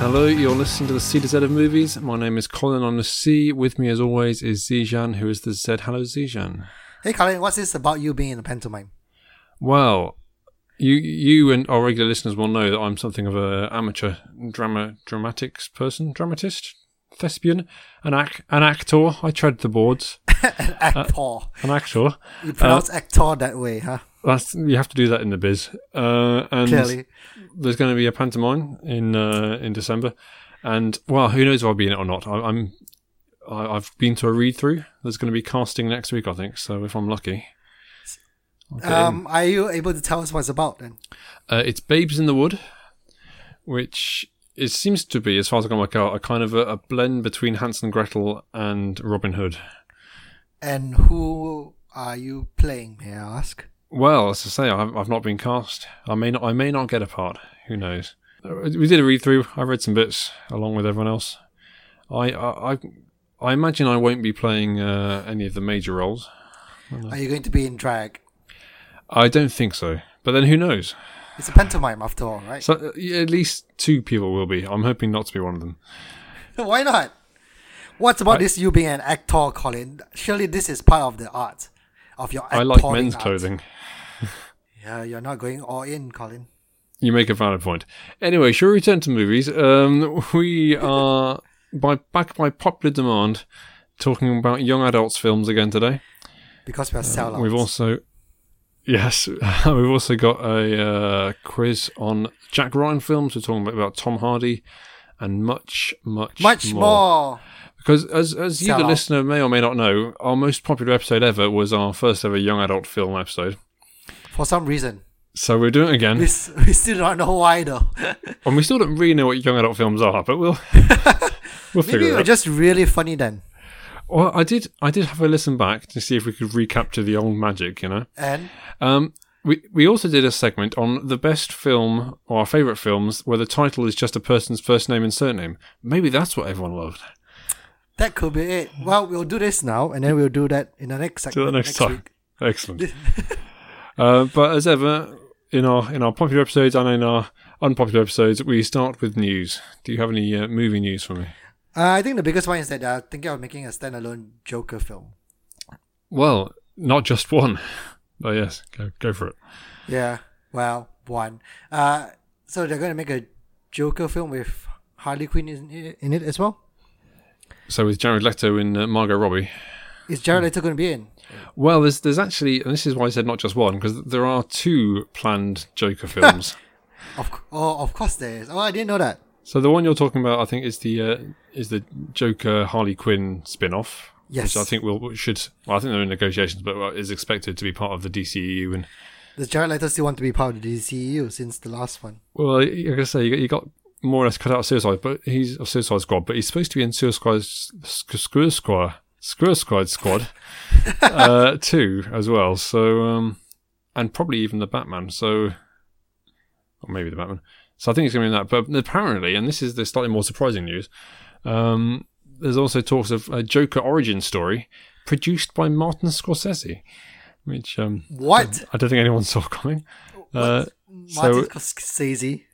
Hello, you're listening to the C to Z of Movies. My name is Colin on the C. With me, as always, is Zijan, who is the Z. Hello, Zijan. Hey, Colin, what's this about you being in a pantomime? Well, you you and our regular listeners will know that I'm something of a amateur drama dramatics person, dramatist, thespian, an ac- an actor. I tread the boards, Uh, An actor. an actor. you pronounce uh, actor that way, huh? That's you have to do that in the biz. Uh, and Clearly. there's going to be a pantomime in uh, in December, and well, who knows if I'll be in it or not. I, I'm I, I've been to a read through. There's going to be casting next week, I think. So if I'm lucky, I'll get in. Um, are you able to tell us what it's about then? Uh, it's Babes in the Wood, which it seems to be, as far as I can work out, a kind of a, a blend between Hansel and Gretel and Robin Hood. And who are you playing, may I ask? Well, as I say, I've, I've not been cast. I may not. I may not get a part. Who knows? Uh, We did a read through. I read some bits along with everyone else. I I I, I imagine I won't be playing uh, any of the major roles. Mm. Are you going to be in drag? I don't think so. But then who knows? It's a pantomime after all, right? So uh, yeah, at least two people will be. I'm hoping not to be one of them. Why not? What's about this you being an actor, Colin? Surely this is part of the art of your I like actoring men's art. clothing. Yeah, you're not going all in, Colin. You make a valid point. Anyway, shall we return to movies? Um, we are by back by popular demand talking about young adults films again today. Because we're sellouts. Uh, We've also yes, we've also got a uh, quiz on Jack Ryan films. We're talking about, about Tom Hardy and much, much, Much more. Because as as you, the Sell out. listener, may or may not know, our most popular episode ever was our first ever young adult film episode. for some reason. So we're doing it again. We, s- we still don't know why though. And we still don't really know what young adult films are, but we'll we'll figure Maybe it we're out. just really funny then. Well, I did I did have a listen back to see if we could recapture the old magic, you know. And Um, we we also did a segment on the best film or our favorite films where the title is just a person's first name and surname. Maybe that's what everyone loved. that could be it. Well, we'll do this now, and then we'll do that in the next segment. Till the next, time. Week. Excellent. uh, but as ever, in our in our popular episodes and in our unpopular episodes, we start with news. Do you have any uh, movie news for me? Uh, I think the biggest one is that they're thinking of making a standalone Joker film. Well, not just one. But yes, go go for it. Yeah. Well, one. Uh, so they're going to make a Joker film with Harley Quinn in, in it as well. So with Jared Leto and uh, Margot Robbie. Is Hmm. Jared Leto going to be in? Well, there's there's actually, and this is why I said not just one, because there are two planned Joker films. Of c- oh, of course there is. Oh, I didn't know that. so the one you're talking about, I think, is the uh, is the Joker Harley Quinn spin-off. Yes. which I think will should. Well, I think they're in negotiations, but uh, is expected to be part of the DCEU. And Does Jared Leto still want to be part of the DCU since the last one? well, like I say, you got, you got more or less cut out of Suicide, but he's of Suicide Squad, but he's supposed to be in Suicide Squad Squad Squad Squad Squad uh, two as well. So um, and probably even the Batman. So or maybe the Batman. So I think it's going to be in that. But apparently, and this is the slightly more surprising news, um, there's also talks of a Joker origin story produced by Martin Scorsese, which um, What? I don't think anyone saw coming. Uh, Martin Scorsese.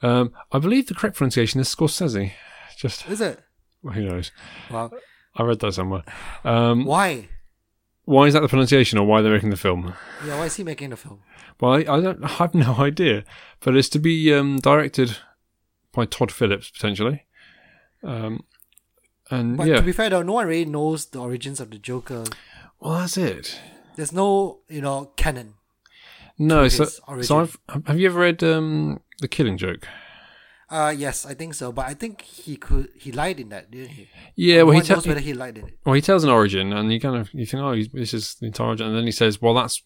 um, I believe the correct pronunciation is Scorsese. Just Is it? well, who knows? Well, I read that somewhere. Um, why? why is that the pronunciation, or why they're making the film? Yeah, why is he making the film? Well, I, I don't. I have no idea. But it's to be um, directed by Todd Phillips potentially. Um, and But yeah, to be fair, though, no one really knows the origins of the Joker. well, that's it. There's no, you know, canon. No, so, his origin. so I've, have you ever read um, the Killing Joke? Uh, yes, I think so. But I think he could. He lied in that, didn't he? Yeah, well, One he, te- knows whether he lied in it. well he tells an origin, and you kind of you think, oh, he's, this is the entire origin, and then he says, well, that's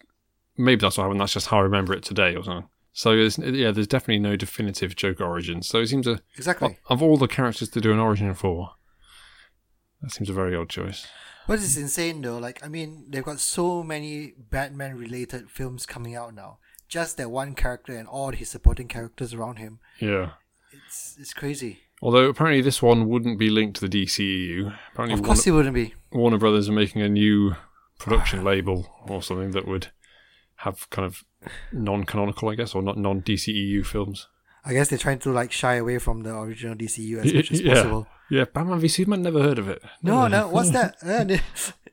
maybe that's what happened. That's just how I remember it today, or something. So there's, yeah, there's definitely no definitive joke origin. So it seems a, Exactly. of all the characters to do an origin for, that seems a very odd choice. But it's insane though. Like I mean, they've got so many Batman-related films coming out now. Just that one character and all his supporting characters around him. Yeah. It's it's crazy. Although apparently this one wouldn't be linked to the DCEU. Apparently Of Warner, course, he wouldn't be. Warner Brothers are making a new production label or something that would have kind of non-canonical, I guess, or not non-DCEU E films. I guess they're trying to like shy away from the original DCU Y- as much as yeah. possible. Yeah, Batman v Superman. Never heard of it. No, no, what's that? Uh, n-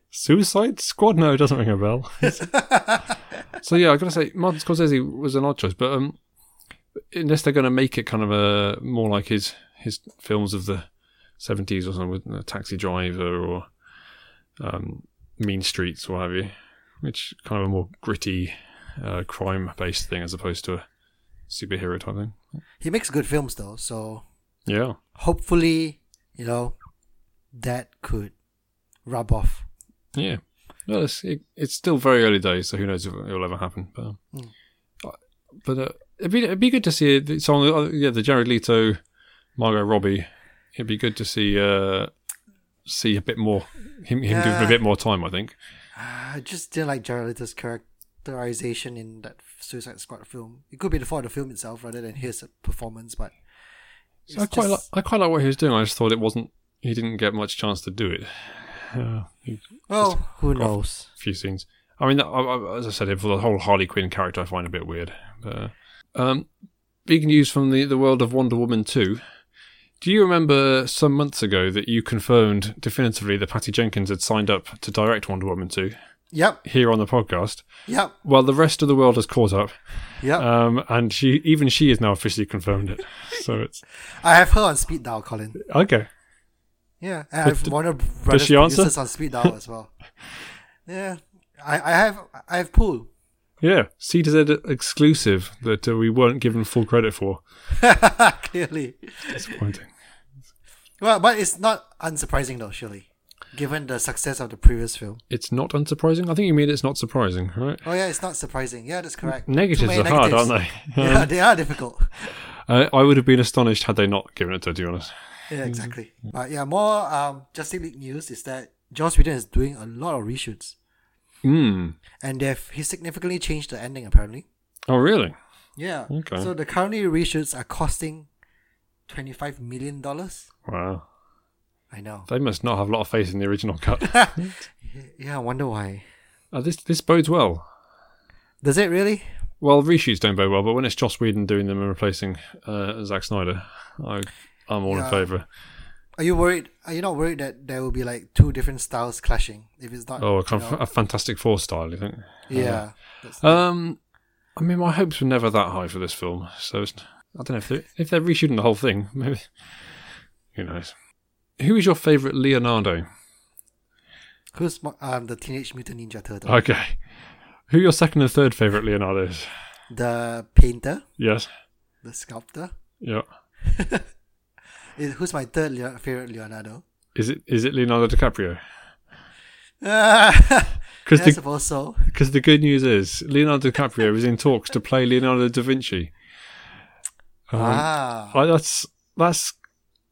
Suicide Squad? No, it doesn't ring a bell. so yeah, I gotta say Martin Scorsese was an odd choice, but um, unless they're gonna make it kind of a more like his his films of the seventies or something, with uh, Taxi Driver or um, Mean Streets, or what have you, which kind of a more gritty uh, crime based thing as opposed to a superhero type thing. he makes good films though, so Yeah, hopefully, you know, that could rub off. yeah. Well, it's, it, it's still very early days, so who knows if it'll ever happen. But um, but uh, it'd be it'd be good to see it. So uh, yeah, the Jared Leto, Margot Robbie. It'd be good to see uh, see a bit more him, him give him Yeah. a bit more time. I think. Ah, I just didn't like Jared Leto's characterization in that Suicide Squad film. It could be the fault of the film itself rather than his performance, but So I quite like I quite like what he was doing. I just thought it wasn't he didn't get much chance to do it. Uh, a well, who knows? few scenes. I mean, I, I, as I said, for the whole Harley Quinn character, I find a bit weird. But, um, big news from the the world of Wonder Woman two. Do you remember some months ago that you confirmed definitively that Patty Jenkins had signed up to direct Wonder Woman 2 Yep, here on the podcast? yep, Well, the rest of the world has caught up, yep. um, and she even she is now officially confirmed it. So it's I have her on speed dial, Colin. okay. Yeah, and I've Warner Brothers she answer? producers on speed dial as well. yeah, I, I have I have Pool. Yeah, C to Z exclusive that uh, we weren't given full credit for. Clearly, Disappointing. well, but it's not unsurprising though, surely, given the success of the previous film. It's not unsurprising. I think you mean it's not surprising, right? Oh yeah, it's not surprising. Yeah, that's correct. Too Negatives many are hard, aren't negatives. they? Um, yeah, they are difficult. Uh, I would have been astonished had they not given it to, her, to be honest. Yeah, exactly. But yeah, more um, Justice League news is that Joss Whedon is doing a lot of reshoots, Mm. and they've he significantly changed the ending apparently. Oh, really? Yeah. Okay. So the currently reshoots are costing twenty five million dollars. Wow. I know. They must not have a lot of faith in the original cut. Yeah, I wonder why. uh, this this bodes well. Does it really? Well, reshoots don't bode well, but when it's Joss Whedon doing them and replacing uh, Zack Snyder, I, I'm all Yeah. in favour. Are you worried? Are you not worried that there will be like two different styles clashing if it's not? Oh, a, you kind know- of, a Fantastic Four style, I think. yeah. That's- Um, I mean, my hopes were never that high for this film, so it's, I don't know if they're, if they're reshooting the whole thing. Maybe who knows? Who is your favourite Leonardo? Who's mo- um the Teenage Mutant Ninja Turtle? Okay, who are your second and third favourite Leonardos? the painter, Yes, the sculptor. yeah. Is, who's my third Leo- favorite Leonardo? Is it is it Leonardo DiCaprio? Ah, Because I the suppose so. because the good news is Leonardo DiCaprio was in talks to play Leonardo da Vinci. Uh-huh. ah, I, that's that's.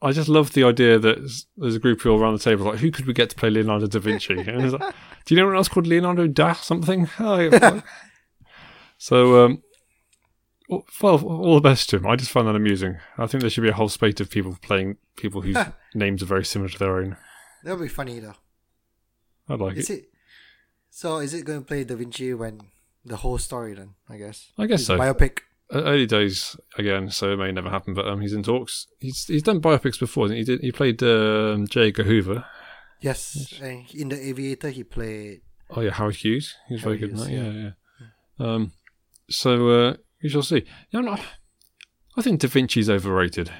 I just love the idea that s- there's a group of people around the table like, who could we get to play Leonardo da Vinci? And it's like, Do you know anyone else called Leonardo da something? Oh, yeah. so, um, w- well, all the best to him. I just find that amusing. I think there should be a whole spate of people playing people whose names are very similar to their own. that would be funny though. I like Is it? So is it going to play Da Vinci when the whole story then? I guess. I guess It's so. a Biopic. Uh, early days again, so it may never happen. But um, he's in talks. He's he's done biopics before. He did. He played um, J. Edgar Hoover. Yes. And in the Aviator, he played. Oh yeah, Howard Hughes. He was very good Howard in that. Hughes, Yeah, yeah. Um, so uh, we shall see. You know, I think Da Vinci's overrated.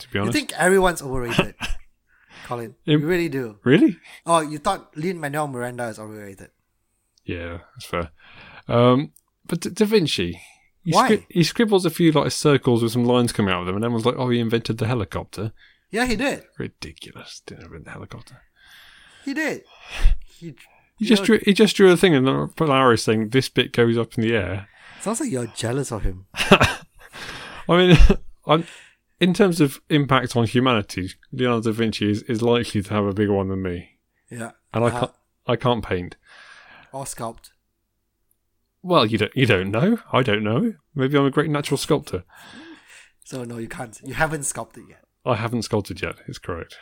To be You honest, think everyone's overrated, Colin? Im- you really do. really? Oh, you thought Lin Manuel Miranda is overrated? Yeah, that's fair. Um, but Da- Da Vinci, he, Why? scrib- he scribbles a few like circles with some lines coming out of them, and everyone's like, "Oh, he invented the helicopter." Yeah, he did. Ridiculous! Didn't invent the helicopter. He did. He He just drew. He just drew a thing and then put an arrow saying this bit goes up in the air. sounds like you're jealous of him. I mean, I'm, in terms of impact on humanity, Leonardo da Vinci is, is likely to have a bigger one than me, Yeah. and I Uh, can't. I can't paint. Or sculpt. Well, you don't. You don't know. I don't know. Maybe I'm a great natural sculptor. So no, you can't. You haven't sculpted yet. I haven't sculpted yet. It's correct,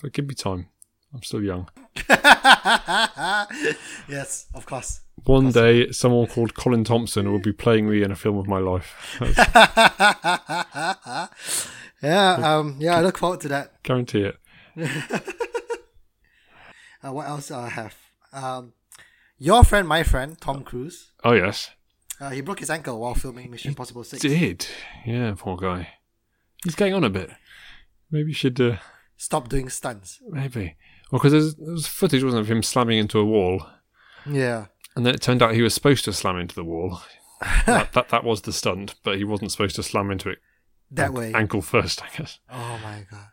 but give me time. I'm still young. yes, of course. One day, someone called Colin Thompson will be playing me in a film of my life. I yeah, um, yeah, I look forward to that. guarantee it. Uh, what else do I have? Um, your friend, my friend, Tom Cruise. Oh yes, Uh, he broke his ankle while filming Mission Impossible Six. did. Yeah, poor guy. He's going on a bit. Maybe you should. Uh, Stop doing stunts. maybe. Well, because there's, there was footage, wasn't there, of him slamming into a wall, Yeah. and then it turned out he was supposed to slam into the wall. that, that that was the stunt, but he wasn't supposed to slam into it That way. ankle first, I guess. Oh my god!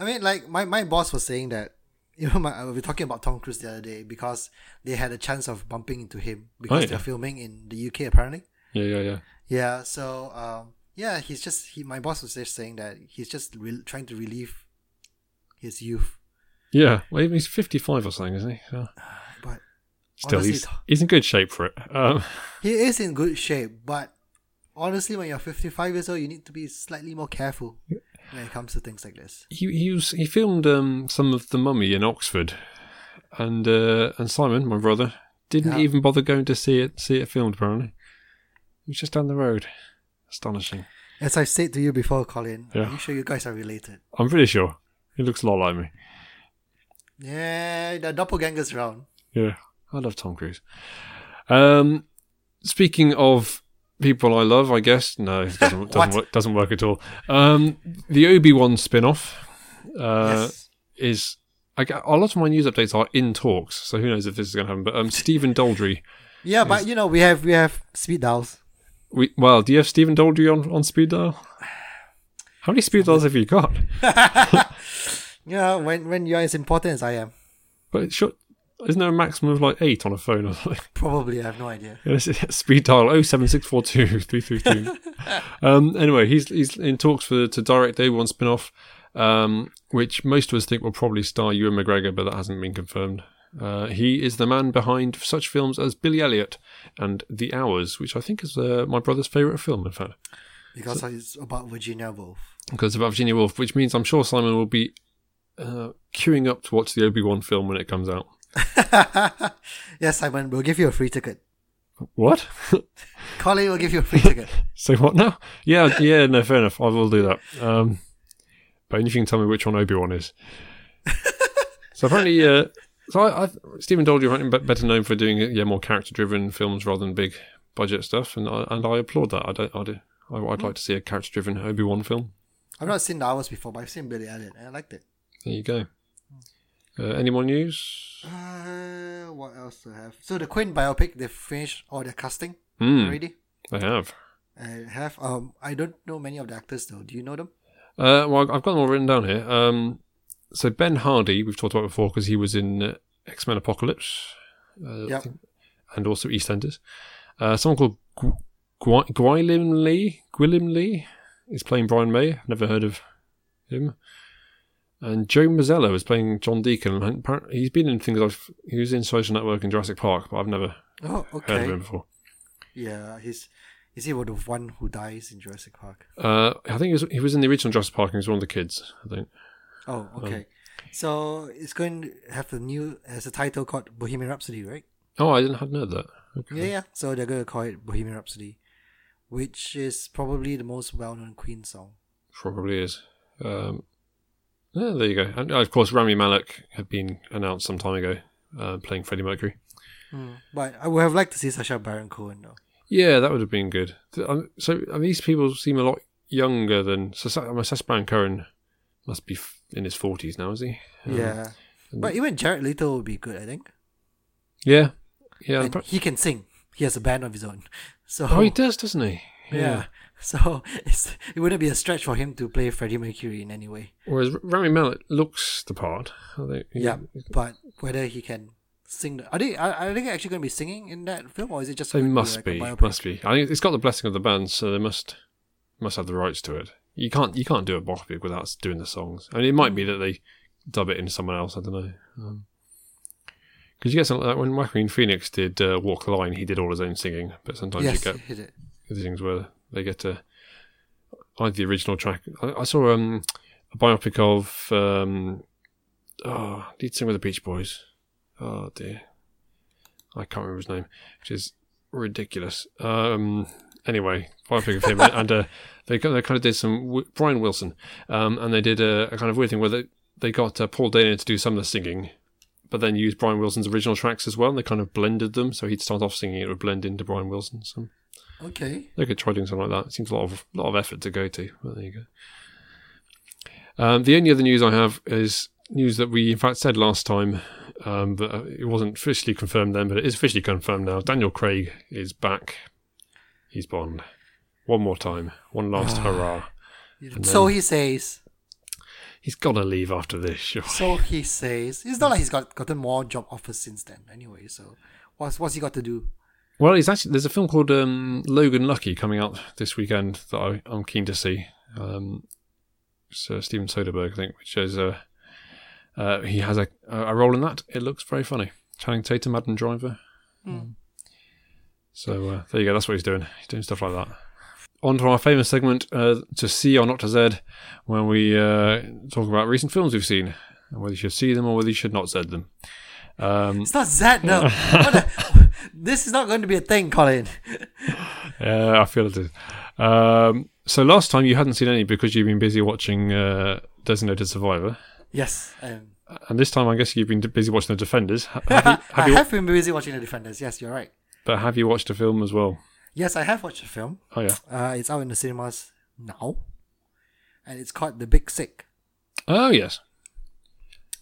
I mean, like my, my boss was saying that you know my, we were talking about Tom Cruise the other day because they had a chance of bumping into him because Oh, yeah. they're filming in the UK apparently. Yeah, yeah, yeah. Yeah. So um, yeah, he's just he. My boss was just saying that he's just re- trying to relieve his youth, Yeah, well, even he's 55 or something, isn't he? So, but still, honestly, he's, he's in good shape for it. Um, he is in good shape. But honestly, when you're 55 years old, you need to be slightly more careful when it comes to things like this. he he, was, he filmed um, some of The Mummy in Oxford, and uh, and Simon, my brother, didn't Yeah. even bother going to see it see it filmed. Apparently, he was just down the road. Astonishing. As I've said to you before, Colin, Yeah. are you sure you guys are related? I'm pretty sure he looks a lot like me. Yeah, the doppelganger's round. Yeah, I love Tom Cruise. Um, speaking of people I love, I guess no, it doesn't What? doesn't work, doesn't work at all. Um, the Obi Wan spin off. Uh, yes. is I get, a lot of my news updates are in talks, so who knows if this is going to happen. But um, Stephen Daldry, Yeah, but you know we have we have speed dials. we well, do you have Stephen Daldry on, on speed dial? How many speed dials have you got? Yeah, when when you're as important as I am, But it should, isn't there a maximum of like eight on a phone or something? probably I have no idea. Yeah, this is- speed dial oh, 07642 332. um, anyway, he's he's in talks for to direct the Obi-Wan spin-off, um, which most of us think will probably star Ewan McGregor, but that hasn't been confirmed. Uh, he is the man behind such films as Billy Elliot and The Hours, which I think is uh, my brother's favourite film, in fact, Because it's about Virginia Woolf. because it's about Virginia Woolf, which means I'm sure Simon will be uh, queuing up to watch the Obi-Wan film when it comes out. yes, Simon, we'll give you a free ticket. What? Colin will give you a free ticket. So what now? Yeah, yeah, no, fair enough. I will do that. Um, but if you can tell me which one Obi Wan is. so apparently, uh, so I, I Stephen Daldry apparently be- better known for doing uh, yeah more character driven films rather than big budget stuff, and I, and I applaud that. I don't, I do. I, I'd like to see a character driven Obi Wan film. I've not seen the hours before, but I've seen Billy Elliot and I liked it. There you go. Uh, any more news? Uh, what else do I have? So the Queen biopic, they finished all their casting Hmm, already. I have. I have um, I don't know many of the actors though. Do you know them? Uh, well, I've got them all written down here. Um, so Ben Hardy, we've talked about before because he was in uh, X Men Apocalypse. Uh, I Yep. think- and also EastEnders. Uh, someone called Gu- Gui- Guilin Lee. Gwilym Lee is playing Brian May. Never heard of him. And Joe Mazzello is playing John Deacon. And apparent- he's been in things I've. He was in Social Network and Jurassic Park, but I've never Oh, heard of okay. him before. Yeah, he's is he the one who dies in Jurassic Park? Uh, I think he was, he was in the original Jurassic Park and he was one of the kids, I think. Oh, okay. so it's going to have the new as a title called Bohemian Rhapsody, right? Oh, I didn't hadn't heard that. Okay. Yeah, yeah. So they're going to call it Bohemian Rhapsody, which is probably the most well-known Queen song. Probably is. Um, yeah, there you go. And uh, of course, Rami Malek had been announced some time ago, uh, playing Freddie Mercury. But I would have liked to see Sacha Baron Cohen though. Yeah, that would have been good. Th- um, So uh, these people seem a lot younger than. So Sa- my Sacha Baron Cohen must be f- in his forties now, is he? Um, yeah, but even Jared Leto would be good, I think. yeah, yeah. And pro- he can sing. He has a band of his own. So oh, he does, doesn't he? yeah. So it's, it wouldn't be a stretch for him to play Freddie Mercury in any way. Whereas R- Rami Malek looks the part. I think he- Yeah, but whether he can sing, the, are they? Are, are they actually going to be singing in that film, or is it just? They going to must like a be, biopic? must be. I think it's got the blessing of the band, so they must must have the rights to it. You can't you can't do a biopic without doing the songs. I mean, it might be that they dub it in someone else. I don't know. Because you get something like when Joaquin Phoenix did uh, Walk the Line, he did all his own singing, but sometimes Yes, you get hit it. these things where they get to either the original track. I, I saw um, a biopic of um, oh, lead singer of the Beach Boys. Oh dear, I can't remember his name, which is ridiculous. Um, anyway, Fire Figure Fame, and uh, they got, they kind of did some w- Brian Wilson, um, and they did a, a kind of weird thing where they they got uh, Paul Dana to do some of the singing, but then used Brian Wilson's original tracks as well, and they kind of blended them. So he'd start off singing, it would blend into Brian um, Wilson. So Okay. they could try doing something like that. It seems a lot of lot of effort to go to, but there you go. Um, the only other news I have is news that we in fact said last time, um, but uh, it wasn't officially confirmed then, but it is officially confirmed now. Daniel Craig is back. He's Bond. One more time. One last hurrah. So he says. He's got to leave after this, sure. So he says. It's not like he's got gotten more job offers since then, anyway. So, what's what's he got to do? Well, he's actually there's a film called um, Logan Lucky coming out this weekend that I, I'm keen to see. Um, it's uh, Steven Soderbergh, I think, which is uh, uh, he has a a role in that. It looks very funny. Channing Tatum, Adam Driver. So uh, there you go. That's what he's doing. He's doing stuff like that. On to our famous segment, uh, to see or not to Z, when we uh, talk about recent films we've seen and whether you should see them or whether you should not Z them. Um, It's not Zed, no. What the- this is not going to be a thing, Colin. Yeah, Uh, I feel it is. Um, so last time you hadn't seen any because you've been busy watching uh, Designated Survivor, Yes, um, and this time I guess you've been d- busy watching The Defenders. Ha- Have you, have I you, have been busy watching The Defenders. Yes, you're right. but have you watched a film as well? Yes, I have watched the film. Oh yeah. Uh, it's out in the cinemas now, and it's called The Big Sick. Oh yes.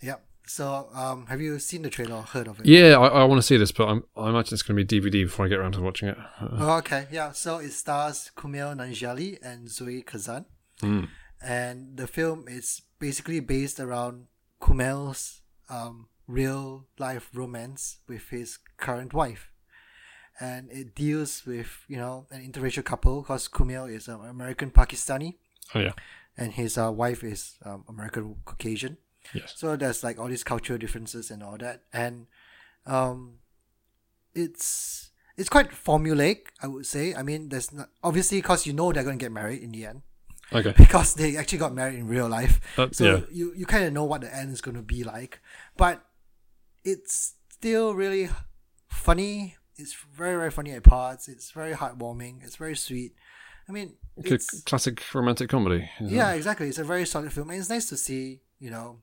Yep. So, um, have you seen the trailer or heard of it? Yeah, I, I want to see this, but I'm, I imagine it's going to be DVD before I get around to watching it. Uh, Oh, okay, yeah. So it stars Kumail Nanjiani and Zoe Kazan, Hmm. and the film is basically based around Kumail's um, real life romance with his current wife, and it deals with you know an interracial couple because Kumail is an American Pakistani oh yeah. and his uh, wife is um, American Caucasian. Yes. So there's like all these cultural differences and all that, and um, it's it's quite formulaic, I would say. I mean, there's not, obviously because you know they're going to get married in the end Okay. because they actually got married in real life. Uh, so yeah. you you kind of know what the end is going to be like, but it's still really funny. It's very very funny at parts. It's very heartwarming. It's very sweet. I mean, C- it's, classic romantic comedy. you know. yeah, exactly. It's a very solid film, and it's nice to see you know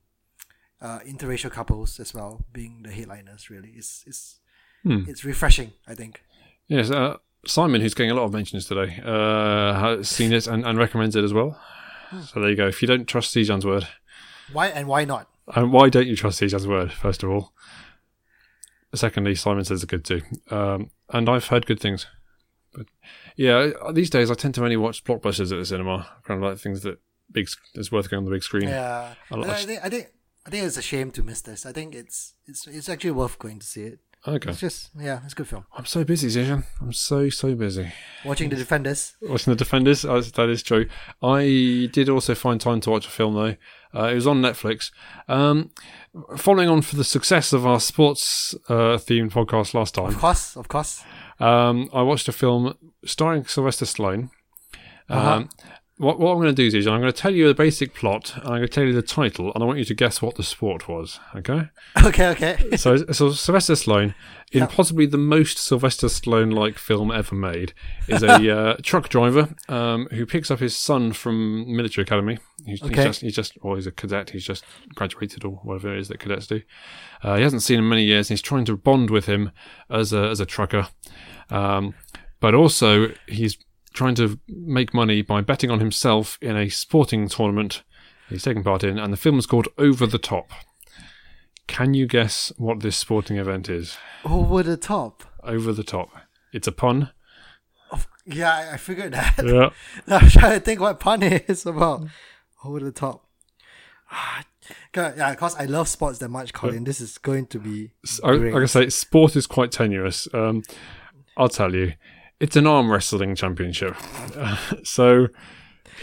uh, interracial couples as well being the headliners. Really, it's it's it's refreshing. I think. Yes. Uh, Simon, who's getting a lot of mentions today, uh, has seen it and, and recommends it as well. So there you go. If you don't trust Sijan's word, Why and why not? And Um, why don't you trust Sijan's word, first of all? Secondly, Simon says it's good too. Um, and I've heard good things. But yeah, uh, these days I tend to only watch blockbusters at the cinema, kind of like things that big is worth going on the big screen. Yeah, I'll- But I'll I s- think I think I think it's a shame to miss this. I think it's it's it's actually worth going to see it. Okay. It's just yeah, it's a good film. I'm so busy, Sijan. I'm so, so busy. Watching the Defenders. Watching The Defenders, as that is true. I did also find time to watch a film, though. Uh, it was on Netflix. Um, following on for the success of our sports uh, themed podcast last time, Of course, of course. Um, I watched a film starring Sylvester Stallone. Um, What, what I'm going to do is, is I'm going to tell you the basic plot, and I'm going to tell you the title, and I want you to guess what the sport was. Okay? Okay, okay. so, so Sylvester Stallone, in possibly the most Sylvester Stallone-like film ever made, is a uh, truck driver um, who picks up his son from military academy. He's, Okay. he's just, he's just, or he's a cadet. He's just graduated or whatever it is that cadets do. Uh, he hasn't seen him in many years, and he's trying to bond with him as a as a trucker. Um, but also, he's trying to make money by betting on himself in a sporting tournament he's taking part in, and the film is called Over the Top. Can you guess what this sporting event is? Over the top. Over the top. It's a pun. Of, yeah, I- I figured that. Yeah. I'm trying to think what pun it is Mm. about. Over the top. Ah, God, yeah, because I love sports that much, Colin. This is going to be I, great. like I say, sport is quite tenuous. Um, I'll tell you, it's an arm wrestling championship. so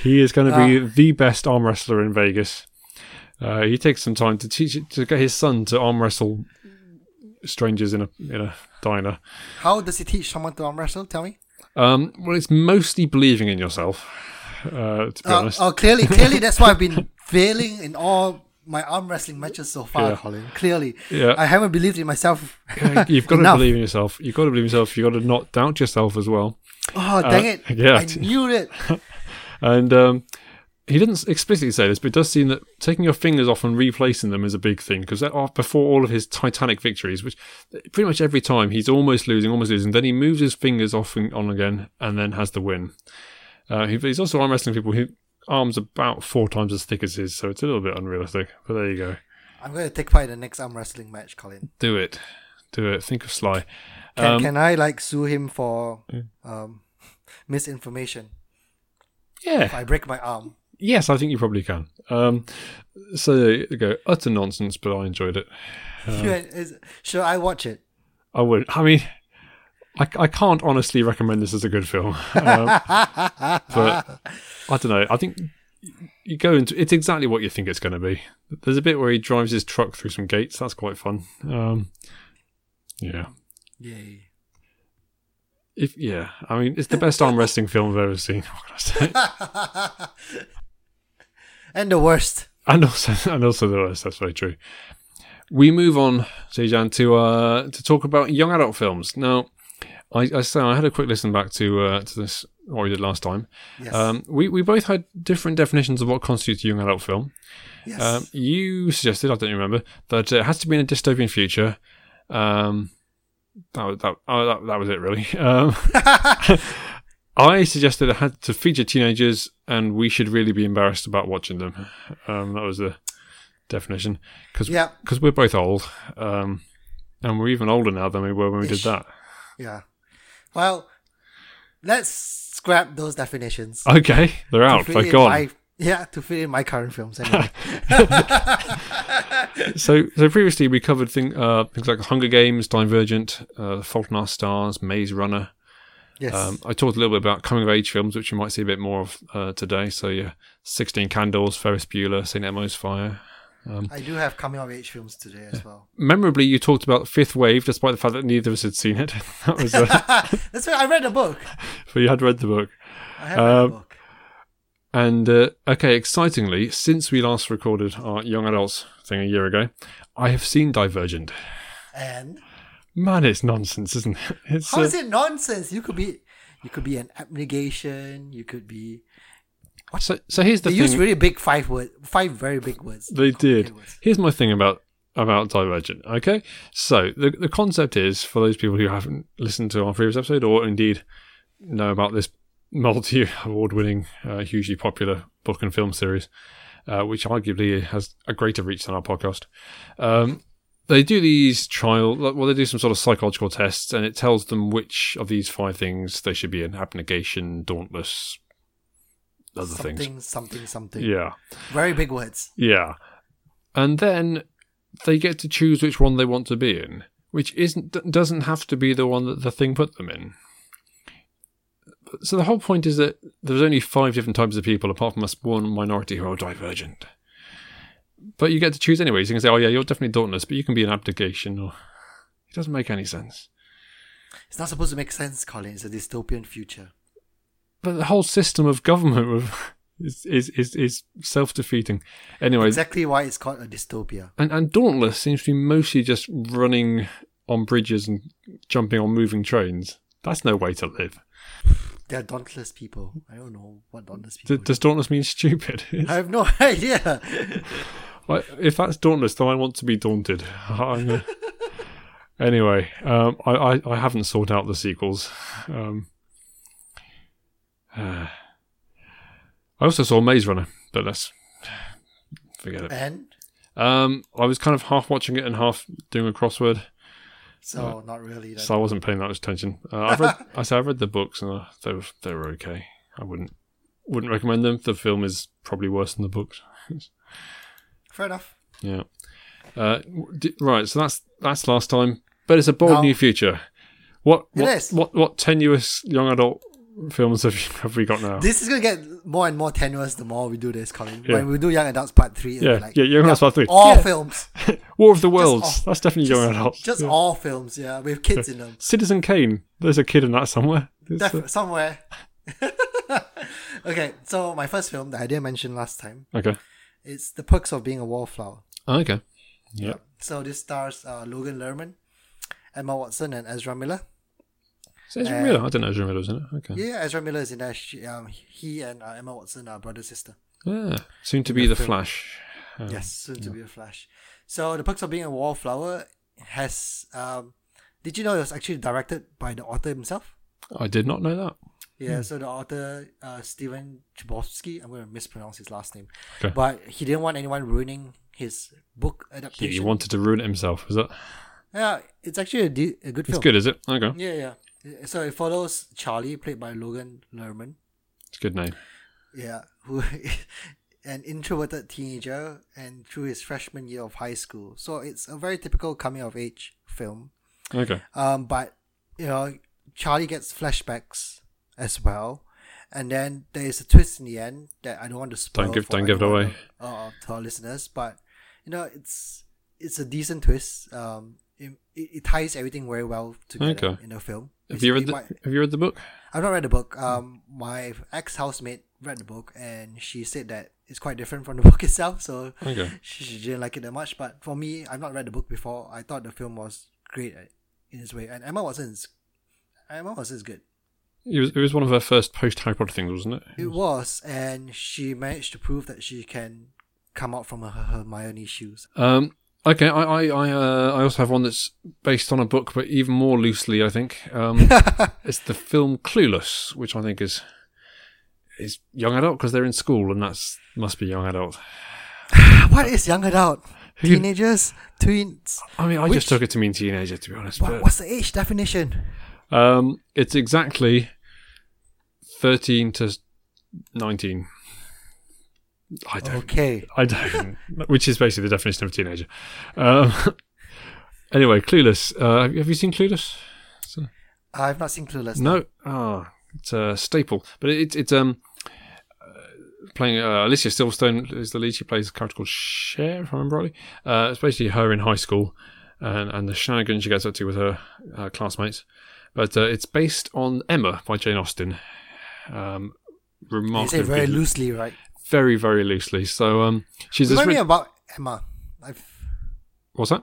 he is going to be the best arm wrestler in Vegas. Uh, he takes some time to teach to get his son to arm wrestle strangers in a in a diner. How does he teach someone to arm wrestle? Tell me. Um, well, it's mostly believing in yourself. Uh, to be Uh, honest, oh, clearly, clearly that's why I've been failing in all my arm wrestling matches so far, Yeah. Colin. Clearly, Yeah. I haven't believed in myself. You've got to enough. believe in yourself. You've got to believe in yourself. You've got to not doubt yourself as well. Oh dang it! Uh, yeah. I knew it. And um, he didn't explicitly say this, but it does seem that taking your fingers off and replacing them is a big thing because before all of his Titanic victories, which uh, pretty much every time he's almost losing, almost losing, then he moves his fingers off and on again and then has the win. Uh, he, he's also arm wrestling people who arms about four times as thick as his, so it's a little bit unrealistic. But there you go. I'm going to take part in the next arm wrestling match, Colin. Do it. Do it. Think of Sly. Can, Um, can I like sue him for um, misinformation? Yeah. If I break my arm, Yes, I think you probably can. Um, so there you go. Utter nonsense, but I enjoyed it. Um, Sure, is- sure I watch it? I would. I mean, I, I can't honestly recommend this as a good film. Um, but I don't know. I think you go into it's exactly what you think it's going to be. There's a bit where he drives his truck through some gates. That's quite fun. Um, yeah. Yay! If yeah, I mean, it's the best arm wrestling film I've ever seen. What can I say? and the worst. and also and also the rest. That's very true. We move on, Sejan, to uh, to talk about young adult films. Now, I, I say I had a quick listen back to uh, to this what we did last time. Yes. Um, we we both had different definitions of what constitutes a young adult film. yes. Um, you suggested, I don't remember, that it has to be in a dystopian future. Um, that, was- that, oh, that, that was it, really. Um, I suggested it had to feature teenagers and we should really be embarrassed about watching them. Um, that was the definition. Because Yep. we're both old. Um, and we're even older now than we were when we Ish. did that. yeah. Well, let's scrap those definitions. Okay, they're out. To fit They're in gone. my- yeah, to fit in my current films. Anyway. so so previously we covered thing, uh, things like Hunger Games, Divergent, uh, Fault in Our Stars, Maze Runner. yes. Um, I talked a little bit about coming of age films, which you might see a bit more of uh, today. So yeah, Sixteen Candles, Ferris Bueller, St Elmo's Fire. um, I do have coming of age films today as well. Memorably, you talked about Fifth Wave, despite the fact that neither of us had seen it. that was, uh, That's right. I read the book. but you had read the book. I have read the Um, book. And uh, okay, excitingly, since we last recorded our young adults thing a year ago, I have seen Divergent. And Man, it's nonsense, isn't it? It's, how uh, is it nonsense? You could be, you could be an abnegation. You could be. So, so here's the they thing. use really big five word, five very big words. They did. Complicated words. Here's my thing about about Divergent. Okay, so the the concept is for those people who haven't listened to our previous episode or indeed know about this multi award winning, uh, hugely popular book and film series, uh, which arguably has a greater reach than our podcast. Um, they do these trial, well, they do some sort of psychological tests, and it tells them which of these five things they should be in: abnegation, dauntless, other something, things. something, something. Yeah. Very big words. Yeah. And then they get to choose which one they want to be in, which isn't d- doesn't have to be the one that the thing put them in. So the whole point is that there's only five different types of people, apart from us one minority who are divergent. But you get to choose anyway. So you can say, "Oh yeah, you're definitely dauntless, but you can be an abdication." Or it doesn't make any sense. It's not supposed to make sense, Colin. It's a dystopian future. But the whole system of government of- is is is, is self defeating. Anyway, Exactly why it's called a dystopia. And and Dauntless seems to be mostly just running on bridges and jumping on moving trains. That's no way to live. They're dauntless people. I don't know what dauntless D- people. does Dauntless mean stupid? I have no idea. I- if that's Dauntless, then I want to be daunted. I'm gonna- anyway, um, I, I I haven't sought out the sequels. Um, uh, I also saw Maze Runner, but let's forget it. and Um, I was kind of half watching it and half doing a crossword. so not really. Then. So I wasn't paying that much attention. Uh, I've read, I say I've read the books and uh, they were they were okay. I wouldn't wouldn't recommend them. The film is probably worse than the books. Fair enough. Yeah. Uh, d- right. So that's that's last time. But it's a bold No. new future. What It what, is. what what tenuous young adult films have you- have we got now? This is gonna get more and more tenuous the more we do this, Colin. Yeah. When we do Young Adults Part Three, it'll Yeah, be like yeah, Young Adults Part Three. all Yeah. films, War of the Worlds. all- that's definitely young adult. just all films, yeah, with kids in them, Citizen Kane. There's a kid in that somewhere. It's, uh, Def- somewhere. okay, so my first film that I didn't mention last time okay. It's The Perks of Being a Wallflower. Oh, okay. Yeah. So this stars uh, Logan Lerman, Emma Watson, and Ezra Miller. So Ezra Uh, Miller. I didn't know Ezra Miller was in it. Okay. Yeah, Ezra Miller is in that. She, um, he and uh, Emma Watson are brother sister. Yeah. Soon to be the Flash. Um, yes, soon to be a Flash. So the perks of being a wallflower has. Um, did you know it was actually directed by the author himself? I did not know that. Yeah, so the author, uh, Steven Chbosky, I'm going to mispronounce his last name, Okay. but he didn't want anyone ruining his book adaptation. He, he wanted to ruin it himself. Is that? yeah, it's actually a, de- a good It's film. good, is it? Okay. Yeah, yeah. So it follows Charlie, played by Logan Lerman, It's a good name. Yeah, who an introverted teenager and through his freshman year of high school. So it's a very typical coming of age film. Okay. Um, but you know, Charlie gets flashbacks as well, and then there is a twist in the end that I don't want to spoil. Don't give- for don't give it anyone, away. Uh, to our listeners, but you know, it's it's a decent twist. Um, it, it it ties everything very well together Okay. in the film. Have you read Basically, the my- Have you read the book? I've not read the book. Um, my ex housemate read the book, and she said that it's quite different from the book itself. So Okay. she, she didn't like it that much. But for me, I've not read the book before. I thought the film was great at- in its way, and Emma Watson's Emma Watson's good. It was, it was one of her first post Harry Potter things, wasn't it? It was, and she managed to prove that she can come out from her, her Hermione shoes. Um, okay, I I I, uh, I also have one that's based on a book, but even more loosely, I think. Um, it's the film Clueless, which I think is is young adult because they're in school, and that's must be young adult. what is young adult? Who- Teenagers, tweens. I mean, I Which- just took it to mean teenager, to be honest. What, but, what's the age definition? um, it's exactly thirteen to nineteen. I don't Okay. I don't, which is basically the definition of a teenager. Um, anyway, Clueless. Uh, have you seen Clueless? I've not seen Clueless. No. Ah, it's a staple. But it, it's um, uh, playing uh, Alicia Silverstone is the lead. She plays a character called Cher, if I remember rightly. Uh, it's basically her in high school and, and the shenanigans she gets up to with her uh, classmates. But uh, it's based on Emma by Jane Austen. Um, You say remarkably, very loosely, right? very, very loosely. So um, she's this. Remind me re- about Emma. I've, What's that?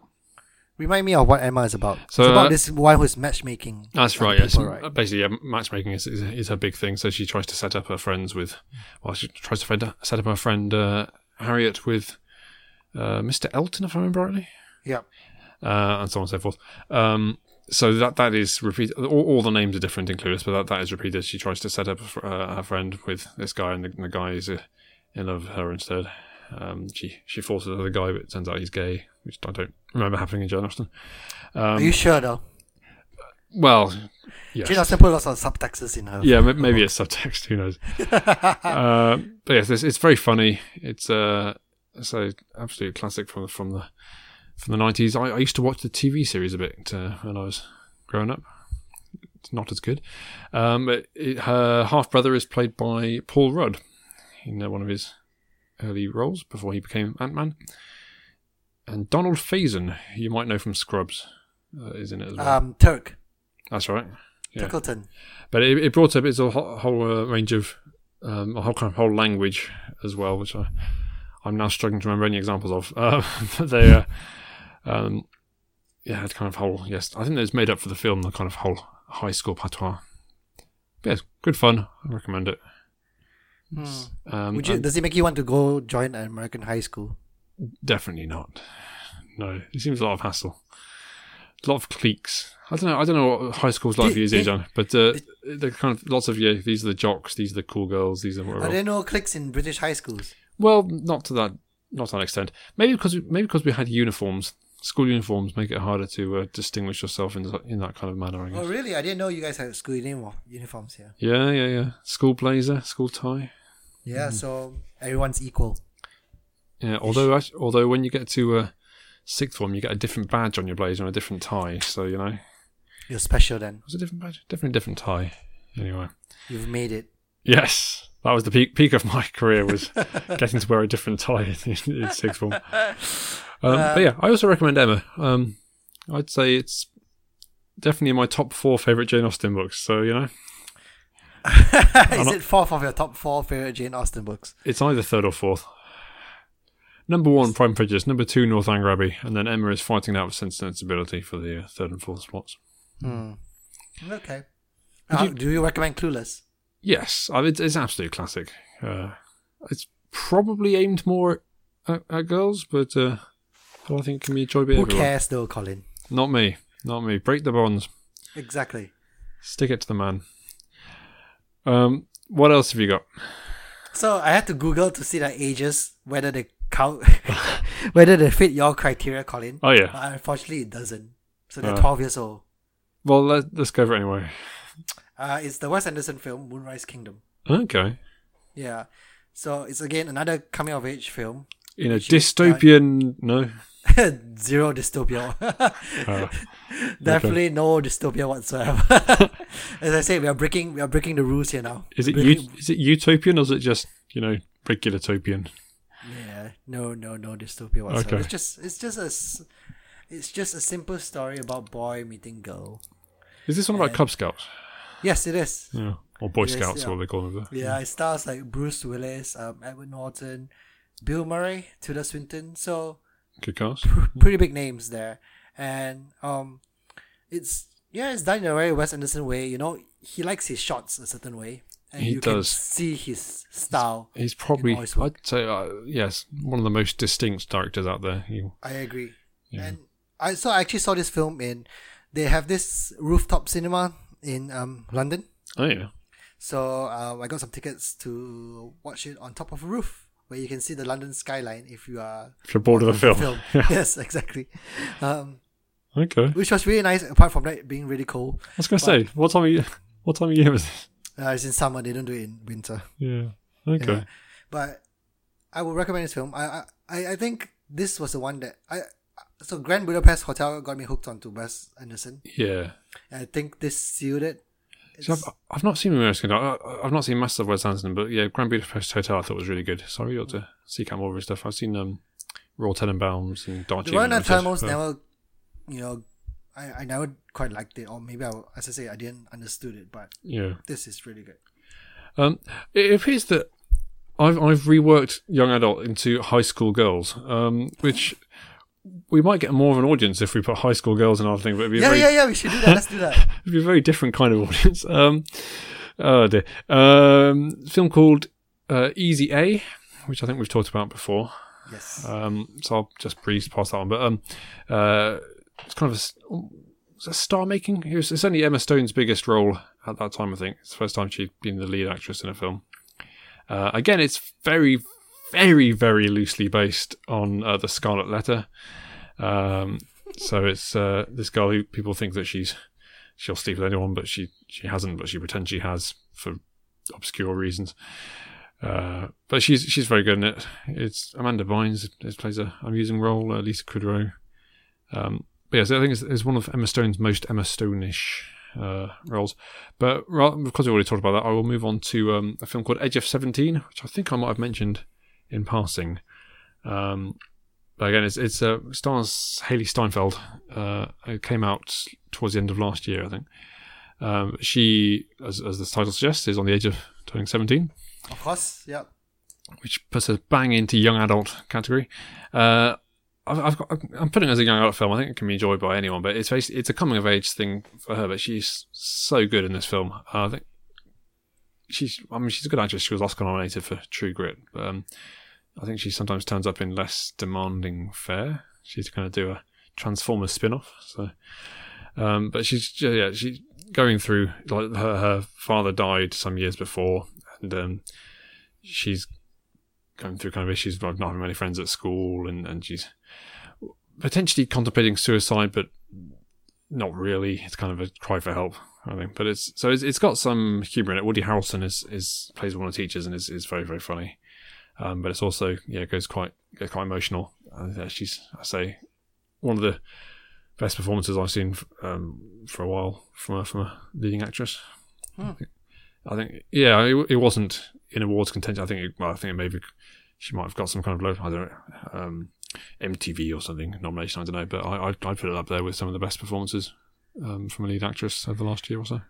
remind me of what Emma is about. So, it's about uh, this one who's matchmaking. That's other right. Yes, people, right? basically, yeah, matchmaking is, is is her big thing. So she tries to set up her friends with, well, she tries to fed, set up her friend uh, Harriet with uh, Mr. Elton, if I remember rightly, Yeah. uh, and so on and so forth. Um, so that that is repeated. All, all the names are different in Clueless, but that, that is repeated. She tries to set up uh, her friend with this guy, and the, the guy is uh, in love with her instead. Um, she she falls with another guy, but it turns out he's gay, which I don't remember happening in Jane Austen. um, Are you sure though? Well, yes. Jane Austen put lots of subtexts in her. yeah, m- maybe it's subtext. Who knows? uh, but yes, it's, it's very funny. It's uh, so absolute classic from from the from the nineties. I, I used to watch the TV series a bit uh, when I was growing up. It's not as good. Um, but it, her half brother is played by Paul Rudd in uh, one of his early roles before he became Ant Man. And Donald Faison, you might know from Scrubs, uh, is in it as well. Um, Turk. That's right. Yeah Turkleton. but it, it brought up its a whole, whole uh, range of um, a whole kind of whole language as well, which I, I'm now struggling to remember any examples of. Uh, but they, uh, um, yeah, it's kind of whole. Yes, I think it's made up for the film, the kind of whole high school patois. But yes, good fun. I recommend it. Hmm. Um, Would you, and does it make you want to go join an American high school? definitely not. No, it seems a lot of hassle. A lot of cliques. I don't know. I don't know what high school's like Did- for you, did- John, but uh, they're kind of lots of yeah. These are the jocks. These are the cool girls. These are whatever. Are there no cliques in British high schools? Well, not to that, not to that extent. Maybe because maybe because we had uniforms, school uniforms make it harder to uh, distinguish yourself in that- in that kind of manner. I guess. Oh, really? I didn't know you guys had school uni- uniforms here. Yeah, yeah, yeah. School blazer, school tie. Yeah, Mm-hmm. so everyone's equal. Yeah. Although, act- although when you get to uh, sixth form, you get a different badge on your blazer and a different tie. So you know, You're special then. was a different badge, different different tie. Anyway. You've made it. Yes, that was the peak peak of my career was getting to wear a different tie in, in sixth form. Um, but yeah, I also recommend Emma. Um, I'd say it's definitely in my top four favorite Jane Austen books. So you know, Is it fourth of your top four favorite Jane Austen books? it's either third or fourth. Number one, Prime Prejudice. Number two, Northanger Abbey. And then Emma is fighting out with Sense and Sensibility for the uh, third and fourth spots. Okay. Uh, Mm-hmm. you- do you recommend Clueless? Yes, uh, it's, it's absolute classic. Uh, it's probably aimed more at, at girls, but uh, I think it can be enjoyed by Who everyone. cares though, Colin? Not me. Not me. Break the bonds. Exactly. Stick it to the man. Um, what else have you got? So I had to Google to see the ages whether they count, whether they fit your criteria, Colin. Oh, yeah. But unfortunately, it doesn't. So they're Uh. twelve years old. Well, let, let's go for it anyway. Uh, it's the Wes Anderson film Moonrise Kingdom. Okay. Yeah. So it's again another coming of age film. In a She- dystopian. No. Zero dystopia. Uh, Definitely no dystopia whatsoever. As I say, we are breaking we are breaking the rules here now. is it Breaking- u- is it utopian or is it just you know regular topian? Yeah, no, no, no dystopia whatsoever. Okay. It's just, it's just a, s- it's just a simple story about boy meeting girl. Is this one about Cub Scouts? Yes, it is. Yeah. Or Boy Yes, Scouts, yeah. what they call them. there. Yeah, it stars like Bruce Willis, um, Edward Norton, Bill Murray, Tilda Swinton. So Good cast. pretty big names there, and um, it's yeah, it's done in a very Wes Anderson way. You know, he likes his shots a certain way, and He you can does. see his style. He's probably, voice work. I'd say, uh, yes, one of the most distinct directors out there. He, I agree. Yeah. And I so I actually saw this film in they have this rooftop cinema in um London. oh, yeah. So um, I got some tickets to watch it on top of a roof where you can see the London skyline if you are If you're bored of the film. Yeah. yes, exactly. Um, Okay. which was really nice. Apart from that being really cold, I was going to say, what time of year? What time of year was this? uh, it's in summer. They don't do it in winter. Yeah. Okay. Yeah. But I would recommend this film. I I, I think this was the one that I. So Grand Budapest Hotel got me hooked onto Wes Anderson. Yeah. I think this sealed it. So I've, I've not seen American Idol. I- I've not seen Master of West Anderson, but yeah, Grand Budapest Hotel I thought was really good. Sorry, you ought to seek out more of his stuff. I've seen um, Royal Tenenbaums and Dodgy. The one at Thermals never, you know, I, I never quite liked it, or maybe I, as I say, I didn't understood it, but Yeah. this is really good. Um, it appears that I've I've reworked young adult into high school girls, um, which we might get more of an audience if we put high school girls in our thing, but it'd be, a, Yeah, very, yeah, yeah. We should do that. Let's do that. it'd be a very different kind of audience. Um, oh dear. Um, film called uh, Easy A, which I think we've talked about before. Yes. Um, so I'll just breeze past that one. But um, uh, it's kind of a s- it's a star making. It was, it's only Emma Stone's biggest role at that time, I think. It's the first time she'd been the lead actress in a film. Uh, again, it's very, very, very loosely based on uh, the Scarlet Letter. Um, so it's uh, this girl who people think that she's she'll sleep with anyone, but she she hasn't, but she pretends she has for obscure reasons. Uh, but she's she's very good in it. It's Amanda Bynes it plays a amusing role. Uh, Lisa Kudrow. Um, but yes, I think it's, it's one of Emma Stone's most Emma Stone-ish uh, roles. But ra- because we already talked about that, I will move on to um, a film called Edge of Seventeen, which I think I might have mentioned in passing. Um, but again, it's it's uh, stars Haley Steinfeld. Uh, it came out towards the end of last year, I think. Um, she, as, as the title suggests, is on the edge of turning seventeen Of course. Yeah. which puts us bang into young adult category. Uh, I've, I've got, I'm putting it as a young adult film. I think it can be enjoyed by anyone, but it's basically, it's a coming of age thing for her. But she's so good in this film. Uh, I think she's I mean she's a good actress. She was Oscar nominated for True Grit. But, um, I think she sometimes turns up in less demanding fare. She's going to do a Transformers spin-off. So, um, but she's yeah she's going through like her, her father died some years before, and um, she's going through kind of issues of not having many friends at school, and, and she's potentially contemplating suicide, but not really. It's kind of a cry for help, I think. But it's so it's, it's got some humor in it. Woody Harrelson is, is plays one of the teachers and is, is very very funny, um, but it's also yeah it goes quite goes quite emotional. And, uh, she's I say one of the best performances I've seen um, for a while from a, from a leading actress. I, think, I think yeah it, it wasn't in awards contention. I think it, well I think it maybe she might have got some kind of low, I don't know, um, MTV or something nomination. I don't know, but I, I I'd put it up there with some of the best performances um, from a lead actress over the last year or so.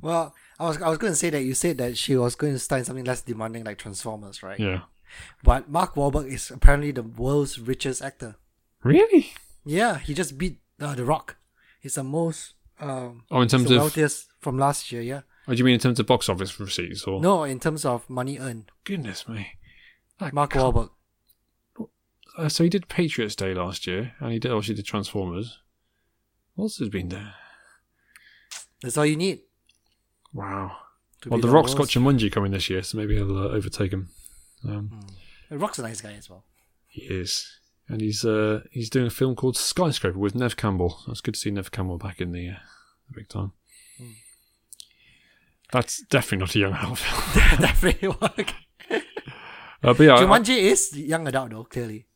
Well, I was I was going to say that you said that she was going to start in something less demanding like Transformers, right? Yeah, But Mark Wahlberg is apparently the world's richest actor. Really? Yeah, he just beat uh, The Rock. He's the most um, Oh, in he's terms the of- wealthiest from last year. Yeah, Or do you mean in terms of box office receipts? Or no, in terms of money earned, goodness me, That Mark can't- Wahlberg. Uh, so he did Patriots Day last year, and he did obviously did Transformers. What else has been there? That's all you need. Wow. To Well, be The Rock's got world's- Jumanji coming this year, so maybe he'll uh, overtake him. Um, The Rock's a nice guy as well. He is, and he's uh, he's doing a film called Skyscraper with Nev Campbell. That's good to see Nev Campbell back in the, uh, the big time. That's definitely not a young adult film. Definitely work. uh, but yeah, I- Jumanji is young adult though, clearly.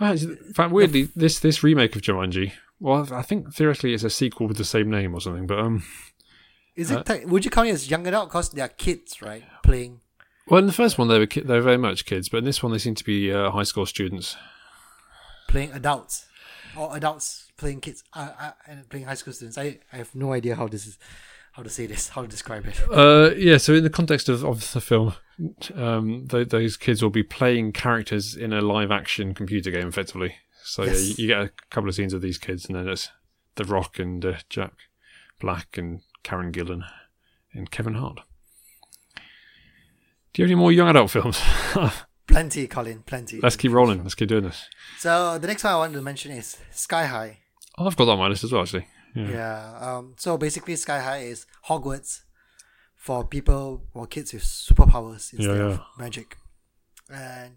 I, actually- in fact, weirdly, this this remake of Jumanji. Well, I think theoretically it's a sequel with the same name or something, but um. Is it? tech- would you count it as young adult because they are kids, right? Playing. Well, in the first one, they were ki- they were very much kids, but in this one, they seem to be uh, high school students. playing adults or adults playing kids uh, uh, and playing high school students. I, I have no idea how this is, how to say this, how to describe it. Uh, yeah. So, in the context of, of the film, um, th- those kids will be playing characters in a live action computer game, effectively. So yeah, you, Yes. you get a couple of scenes of these kids, and then it's The Rock and uh, Jack Black and Karen Gillan and Kevin Hart. Do you have any more young adult films? Plenty, Colin, plenty. Let's keep rolling. Let's keep doing this. So the next one I wanted to mention is Sky High. Oh, I've got that on my list as well, actually. Yeah. Yeah. Um. So basically, Sky High is Hogwarts for people or kids with superpowers instead Yeah, of magic, and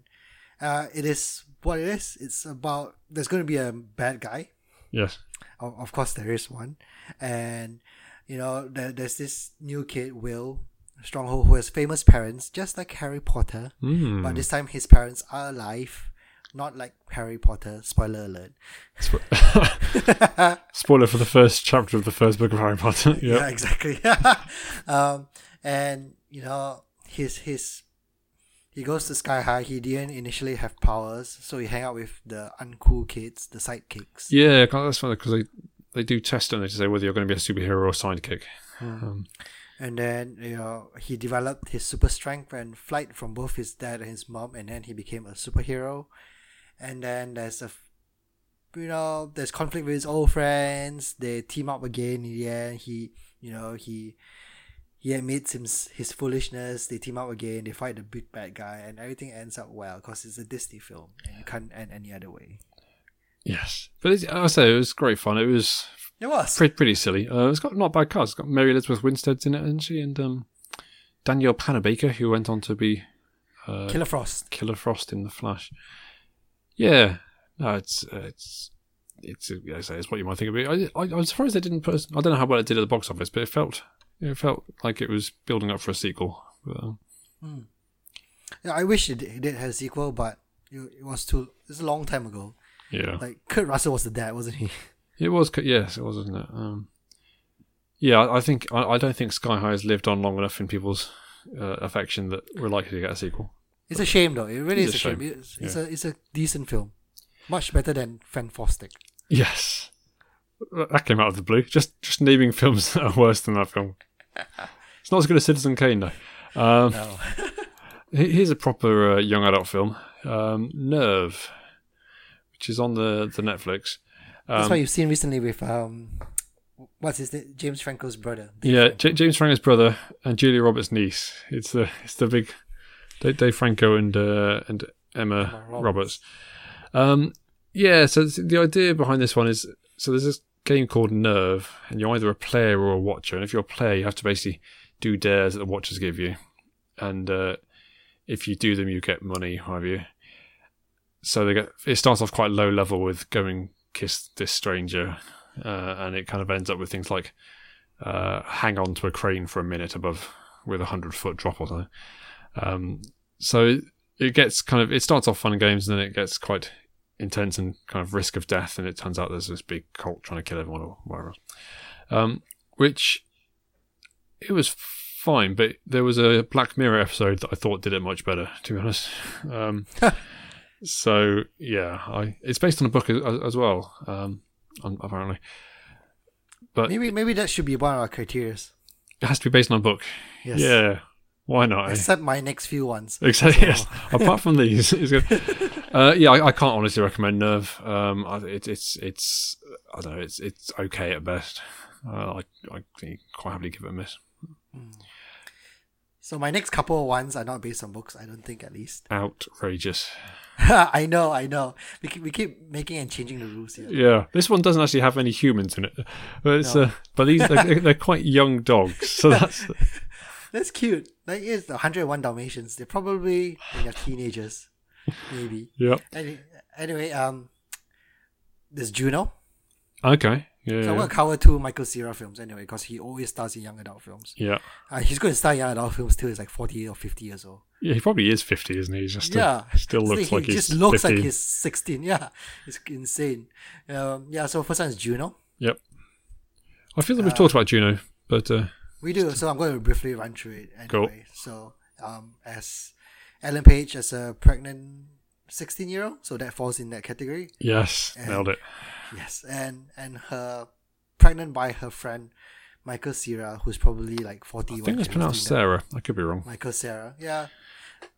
uh, it is what it is. It's about there's going to be a bad guy Yes. of, of course there is one and you know there, there's this new kid will stronghold who has famous parents just like harry potter Mm. but this time his parents are alive not like harry potter spoiler alert Spoiler for the first chapter of the first book of Harry Potter. yeah. yeah exactly um, and you know his his he goes to sky high he didn't initially have powers so he hang out with the uncool kids the sidekicks Yeah, 'cause that's funny because they, they do test on it to say whether you're going to be a superhero or sidekick. Um, And then, you know, he developed his super strength and flight from both his dad and his mom, and then he became a superhero. And then there's a, f- you know, there's conflict with his old friends. They team up again in the end. He, you know, he he admits his, his foolishness. They team up again. They fight the big bad guy, and everything ends up well because it's a Disney film, and you can't end any other way. yes, but it's, I say it was great fun. It was It was. pretty pretty silly. Uh, it's got not bad cards. It's got Mary Elizabeth Winstead's in it, isn't she? And um, Danielle Panabaker, who went on to be Killer Frost. Killer Frost in the Flash. Yeah, no, it's uh, it's it's uh, I say it's what you might think of it. I, I, I was surprised they didn't put. I don't know how well it did at the box office, but it felt it felt like it was building up for a sequel. But, um, Yeah, I wish it, it did have a sequel, but it, it was too, it's a long time ago. yeah, Like Kurt Russell was the dad, wasn't he? it was. co- Yes, it was, wasn't it? Um, yeah, I, I think I, I don't think Sky High has lived on long enough in people's uh, affection that we're likely to get a sequel. It's a shame though. It really It's is a a shame. shame. It's, it's a it's a decent film, much better than Fan Fantastic. Yes, that came out of the blue. Just just naming films that are worse than that film. It's not as good as Citizen Kane though. Um, No, Here- Here's a proper uh, young adult film, um, Nerve, which is on the the Netflix. that's what you've seen recently with um, what's his name? James Franco's brother. Yeah, J- James Franco's brother and Julia Roberts' niece. It's the it's the big Dave, Dave Franco and uh, and Emma, Emma Roberts. Roberts. Um, yeah, so th- the idea behind this one is so there's this game called Nerve, and you're either a player or a watcher. And if you're a player, you have to basically do dares that the watchers give you, and uh, if you do them, you get money, what have you. So they get it starts off quite low level with going kiss this stranger, uh, and it kind of ends up with things like uh, hang on to a crane for a minute above with a hundred foot drop or something. Um, so it, it gets kind of it starts off fun and games and then it gets quite intense and kind of risk of death and it turns out there's this big cult trying to kill everyone or whatever. Um, which it was fine, but there was a Black Mirror episode that I thought did it much better, to be honest. Um, so yeah, I it's based on a book as, as well, um, apparently. But maybe maybe that should be one of our criteria. it has to be based on a book. Yes. Yeah. Why not? eh? Except my next few ones. Except yes. Apart from these, it's good. Uh, yeah, I, I can't honestly recommend Nerve. Um, I, it, it's it's I don't know. It's it's okay at best. Uh, I I can quite happily give it a miss. So my next couple of ones are not based on books, I don't think at least. Outrageous. I know, I know. We keep, we keep making and changing the rules here. Yeah, this one doesn't actually have any humans in it, but it's uh, but these they're, they're quite young dogs, so that's That's cute. That is the 101 Dalmatians. They're probably when they're teenagers, maybe. yeah. Any, anyway, um, there's Juno. Okay. Yeah. So I'm Yeah. gonna cover two Michael Cera films anyway, because he always stars in young adult films. yeah. Uh, he's going to star in young adult films till he's like 48 or 50 years old. Yeah, he probably is 50, isn't he? He's just uh, yeah, still So looks he like he's just looks 50. like he's 16. Yeah, it's insane. Um, yeah. So first one is Juno. Yep. I feel that uh, we've talked about Juno, but uh, We do. So I'm going to briefly run through it Cool. anyway. So, um, as Ellen Page as a pregnant 16 year old, so that falls in that category. yes, Yeah. nailed it. Yes, and and her pregnant by her friend Michael Cera, who's probably like 40. I think it's pronounced Sarah. I could be wrong. Michael Cera. Yeah.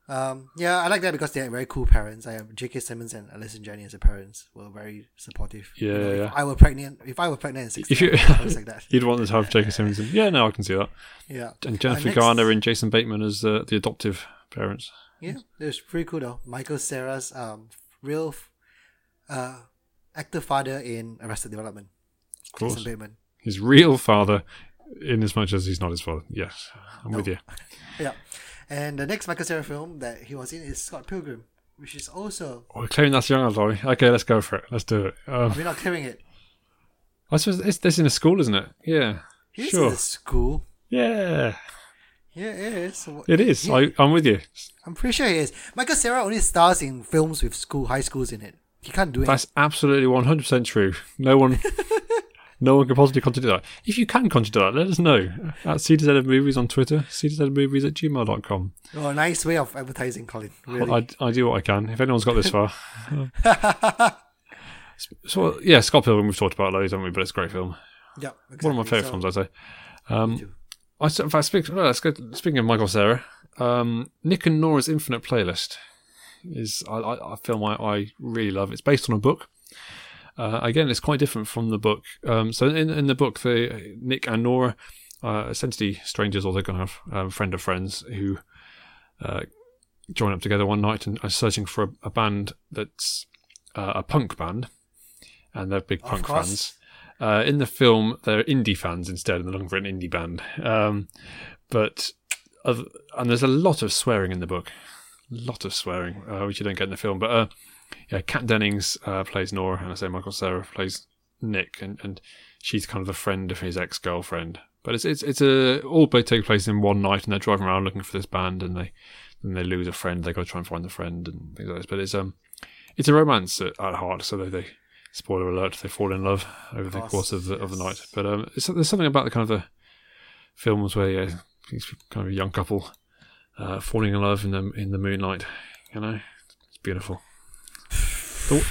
Um, yeah, I like that because they're very cool parents. I have J.K. Simmons and Alison Jenny as the parents were very supportive. Yeah, You know, yeah, If yeah. I were pregnant, if I were pregnant at 16, If you, I was like that. you'd want to have Jacob Simpson. Yeah, no, I can see that. Yeah. And Jennifer Uh, next- Garner and Jason Bateman as uh, the adoptive parents. Yeah, it's pretty cool though. Michael Sarah's um real f- uh active father in Arrested Development. Of course. Jason Bateman. His real father, in as much as he's not his father. Yes, I'm Oh. with you. Yeah. And the next Michael Sarah film that he was in is Scott Pilgrim, which is also We're claiming Oh, that's young, Lori. Okay, let's go for it. Let's do it. Um, we're not clearing it. I suppose it's, this in a school, isn't it? Yeah. He is in sure. the school. Yeah, Yeah, it is. it is. I, I'm with you. I'm pretty sure he is. Michael Sarah only stars in films with school high schools in it. He can't do it. That's absolutely one hundred percent true. No one, no one can possibly contradict that. If you can contradict that, let us know at CDZ Movies on Twitter, cdzmovies at gmail.com. Oh, nice way of advertising, Colin. Really. I, I do what I can. If anyone's got this far, so yeah, Scott Pilgrim we've talked about loads, haven't we? But it's a great film. yeah. One of my exactly. favourite So- films, I'd say. too. Um, I, so- in fact, speak, well, let's go, speaking of Michael Sarah, um, Nick and Nora's Infinite Playlist is I, I, a film I, I really love. It's based on a book. Uh, again, it's quite different from the book. Um, so in, in the book, the Nick and Nora are Uh, essentially strangers, or they're going to have um, friend of friends who uh, join up together one night and are searching for a, a band that's uh, a punk band, and they're big Of punk course. fans. Uh, in the film, they're indie fans instead, and they're looking for an indie band. Um, but other, and there's a lot of swearing in the book, lot of swearing, uh, which you don't get in the film. But uh, yeah, Kat Dennings uh, plays Nora, and I say Michael Sarah plays Nick, and, and she's kind of the friend of his ex girlfriend. But it's it's it's a all both take place in one night, and they're driving around looking for this band, and they and they lose a friend. They go try and find the friend and things like this. But it's um it's a romance at, at heart, so they, they spoiler alert they fall in love over the course, course of the of the night. yes. But um, it's, there's something about the kind of the films where yeah, these kind of a young couple uh, falling in love in the in the moonlight. You know, it's beautiful. The-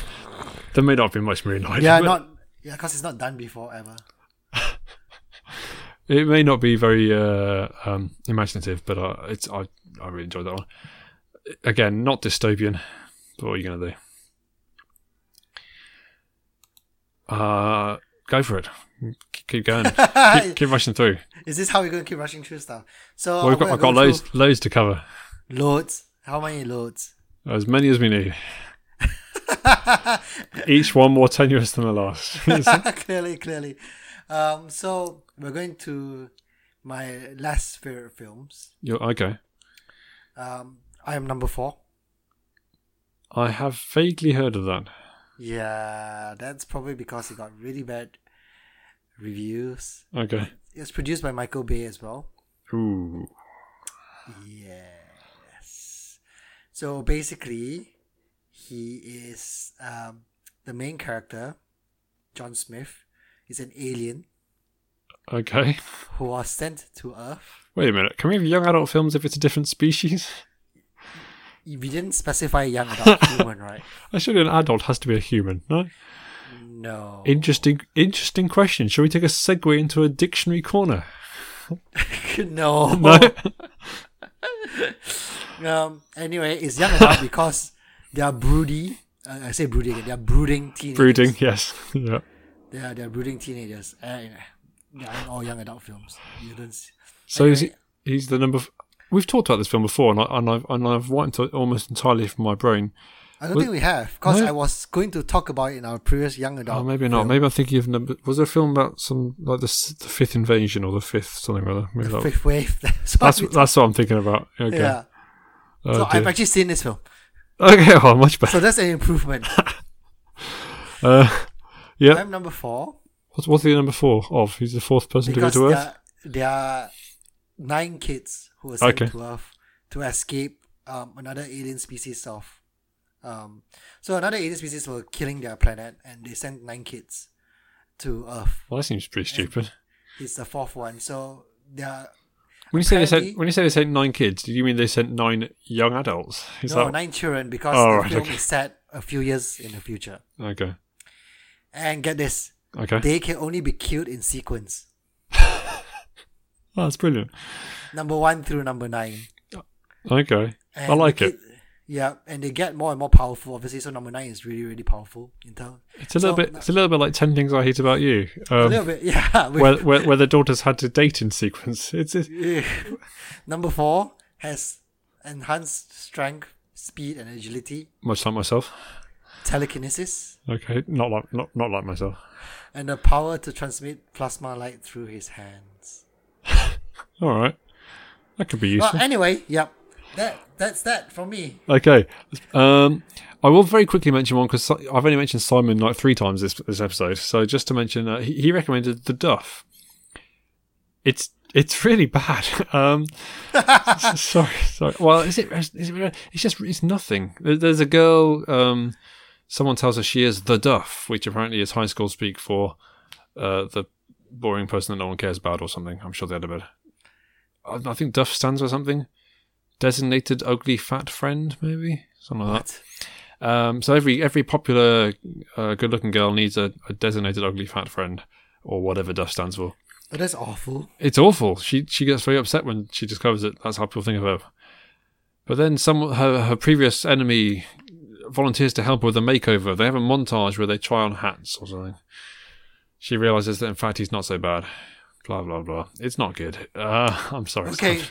there may not be much moonlight. Yeah, but- not. Yeah, because it's not done before ever. It may not be very uh, um, imaginative, but uh, it's I I really enjoyed that one. Again, not dystopian, but what are you going to do? Uh, go for it. K- Keep going. keep, keep rushing through. Is this how we're going to keep rushing through stuff? So Well, we've I'm got, gonna I've got go loads through loads to cover, Loads. How many loads? as many as we need. Each one more tenuous than the last. Hmm? clearly, clearly. Um, so we're going to my last favorite films. You're, okay. Um, I am number four. I have vaguely heard of that. Yeah, that's probably because it got really bad reviews. Okay. It's produced by Michael Bay as well. Ooh. Yes. So basically, he is um, the main character, John Smith, is an alien Okay. who was sent to Earth. Wait a minute. Can we have young adult films if it's a different species? We didn't specify young adult human, right? Actually, an adult has to be a human, no? No. Interesting, interesting question. Shall we take a segue into a dictionary corner? no. No. Um, anyway, it's young adult because they are broody. Uh, I say broody again. They are brooding teenagers. Brooding, yes. yeah. They are, they are brooding teenagers. And they are in all young adult films. You don't see. So is he, he's the number. F- We've talked about this film before, and, I, and I've and I've wiped it almost entirely from my brain. I don't Well, think we have because no. I was going to talk about it in our previous young adult. Oh, maybe not. film. Maybe I'm thinking of number. Was there a film about some like the, s- the fifth invasion or the fifth something or other? Maybe that- Fifth Wave. That's, what that's we- that's what I'm thinking about. Okay. yeah. Oh, so I've dear. actually seen this film. okay. Well, much better. So that's an improvement. Uh, yeah. I'm number four What's what's the number four of? He's the fourth person to go because to there Earth. are, there are nine kids who were sent Okay. to Earth to escape um, another alien species of. Um, so another alien species were killing their planet, and they sent nine kids to Earth. Well, that seems pretty stupid. It's the fourth one. So there are When you say they sent apparently- when you say they sent nine kids, do you mean they sent nine young adults? Is no that nine children because Oh, the right, film okay. is set a few years in the future. okay? And get this, Okay. they can only be killed in sequence. Oh, that's brilliant. Number one through number nine. Okay. And I like the it. kid- Yeah, and they get more and more powerful, obviously. So number nine is really, really powerful. In term, It's a little so- bit. It's a little bit like Ten Things I Hate About You, a um, little bit, yeah. with- where, where where the daughters had to date in sequence. It's, it's number four has enhanced strength, speed, and agility, much like myself. telekinesis, Okay, not like not not like myself. and the power to transmit plasma light through his hands. All right, that could be Well, useful. anyway, yep. That that's that for me. Okay, um, I will very quickly mention one because I've only mentioned Simon like three times this this episode. So just to mention, uh, he, he recommended The Duff. It's it's really bad. um, s- sorry, sorry. Well, is it? Is it? It's just it's nothing. There- There's a girl. Um, someone tells her she is the Duff, which apparently is high school speak for uh, the boring person that no one cares about or something. I'm sure they had a bit. I I think Duff stands for something. Designated ugly fat friend, maybe something like What? that. Um, so every every popular uh, good-looking girl needs a, a designated ugly fat friend, or whatever Duff stands for. Oh, that's awful. It's awful. She she gets very upset when she discovers it. That's how people think of her. But then some her her previous enemy volunteers to help her with a makeover. They have a montage where they try on hats or something. She realizes that in fact he's not so bad. Blah blah blah. It's not good. Uh, I'm sorry. Okay, Sam.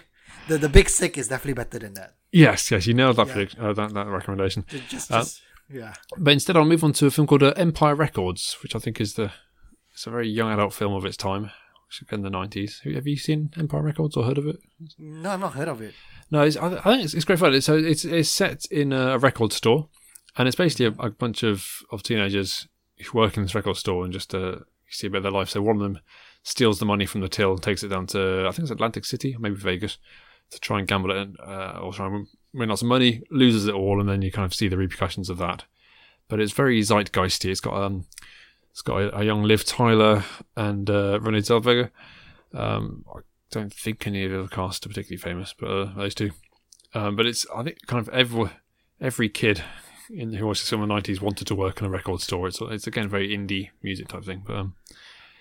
the the big sick is definitely better than that. Yes, yes, you nailed that Yeah. predict- uh, that that recommendation. Ju- Just, just, Uh, yeah. But instead, I'll move on to a film called uh, Empire Records, which I think is the it's a very young adult film of its time, which is in the 90s. Have you seen Empire Records or heard of it? No, I've not heard of it. No, it's, I I think it's, it's great fun. It's, so it's it's set in a record store, and it's basically a, a bunch of, of teenagers who work in this record store and just uh, see about their life. So one of them steals the money from the till and takes it down to I think it's Atlantic City, maybe Vegas, to try and gamble it and, uh, or try and win lots of money. Loses it all, and then you kind of see the repercussions of that. But it's very zeitgeisty. It's got um, it's got a, a young Liv Tyler and uh, Renee Zellweger. Um, I don't think any of the other cast are particularly famous, but uh, those two. Um, but it's I think kind of every every kid in who watched this film in the nineties wanted to work in a record store. It's it's again very indie music type thing, but um,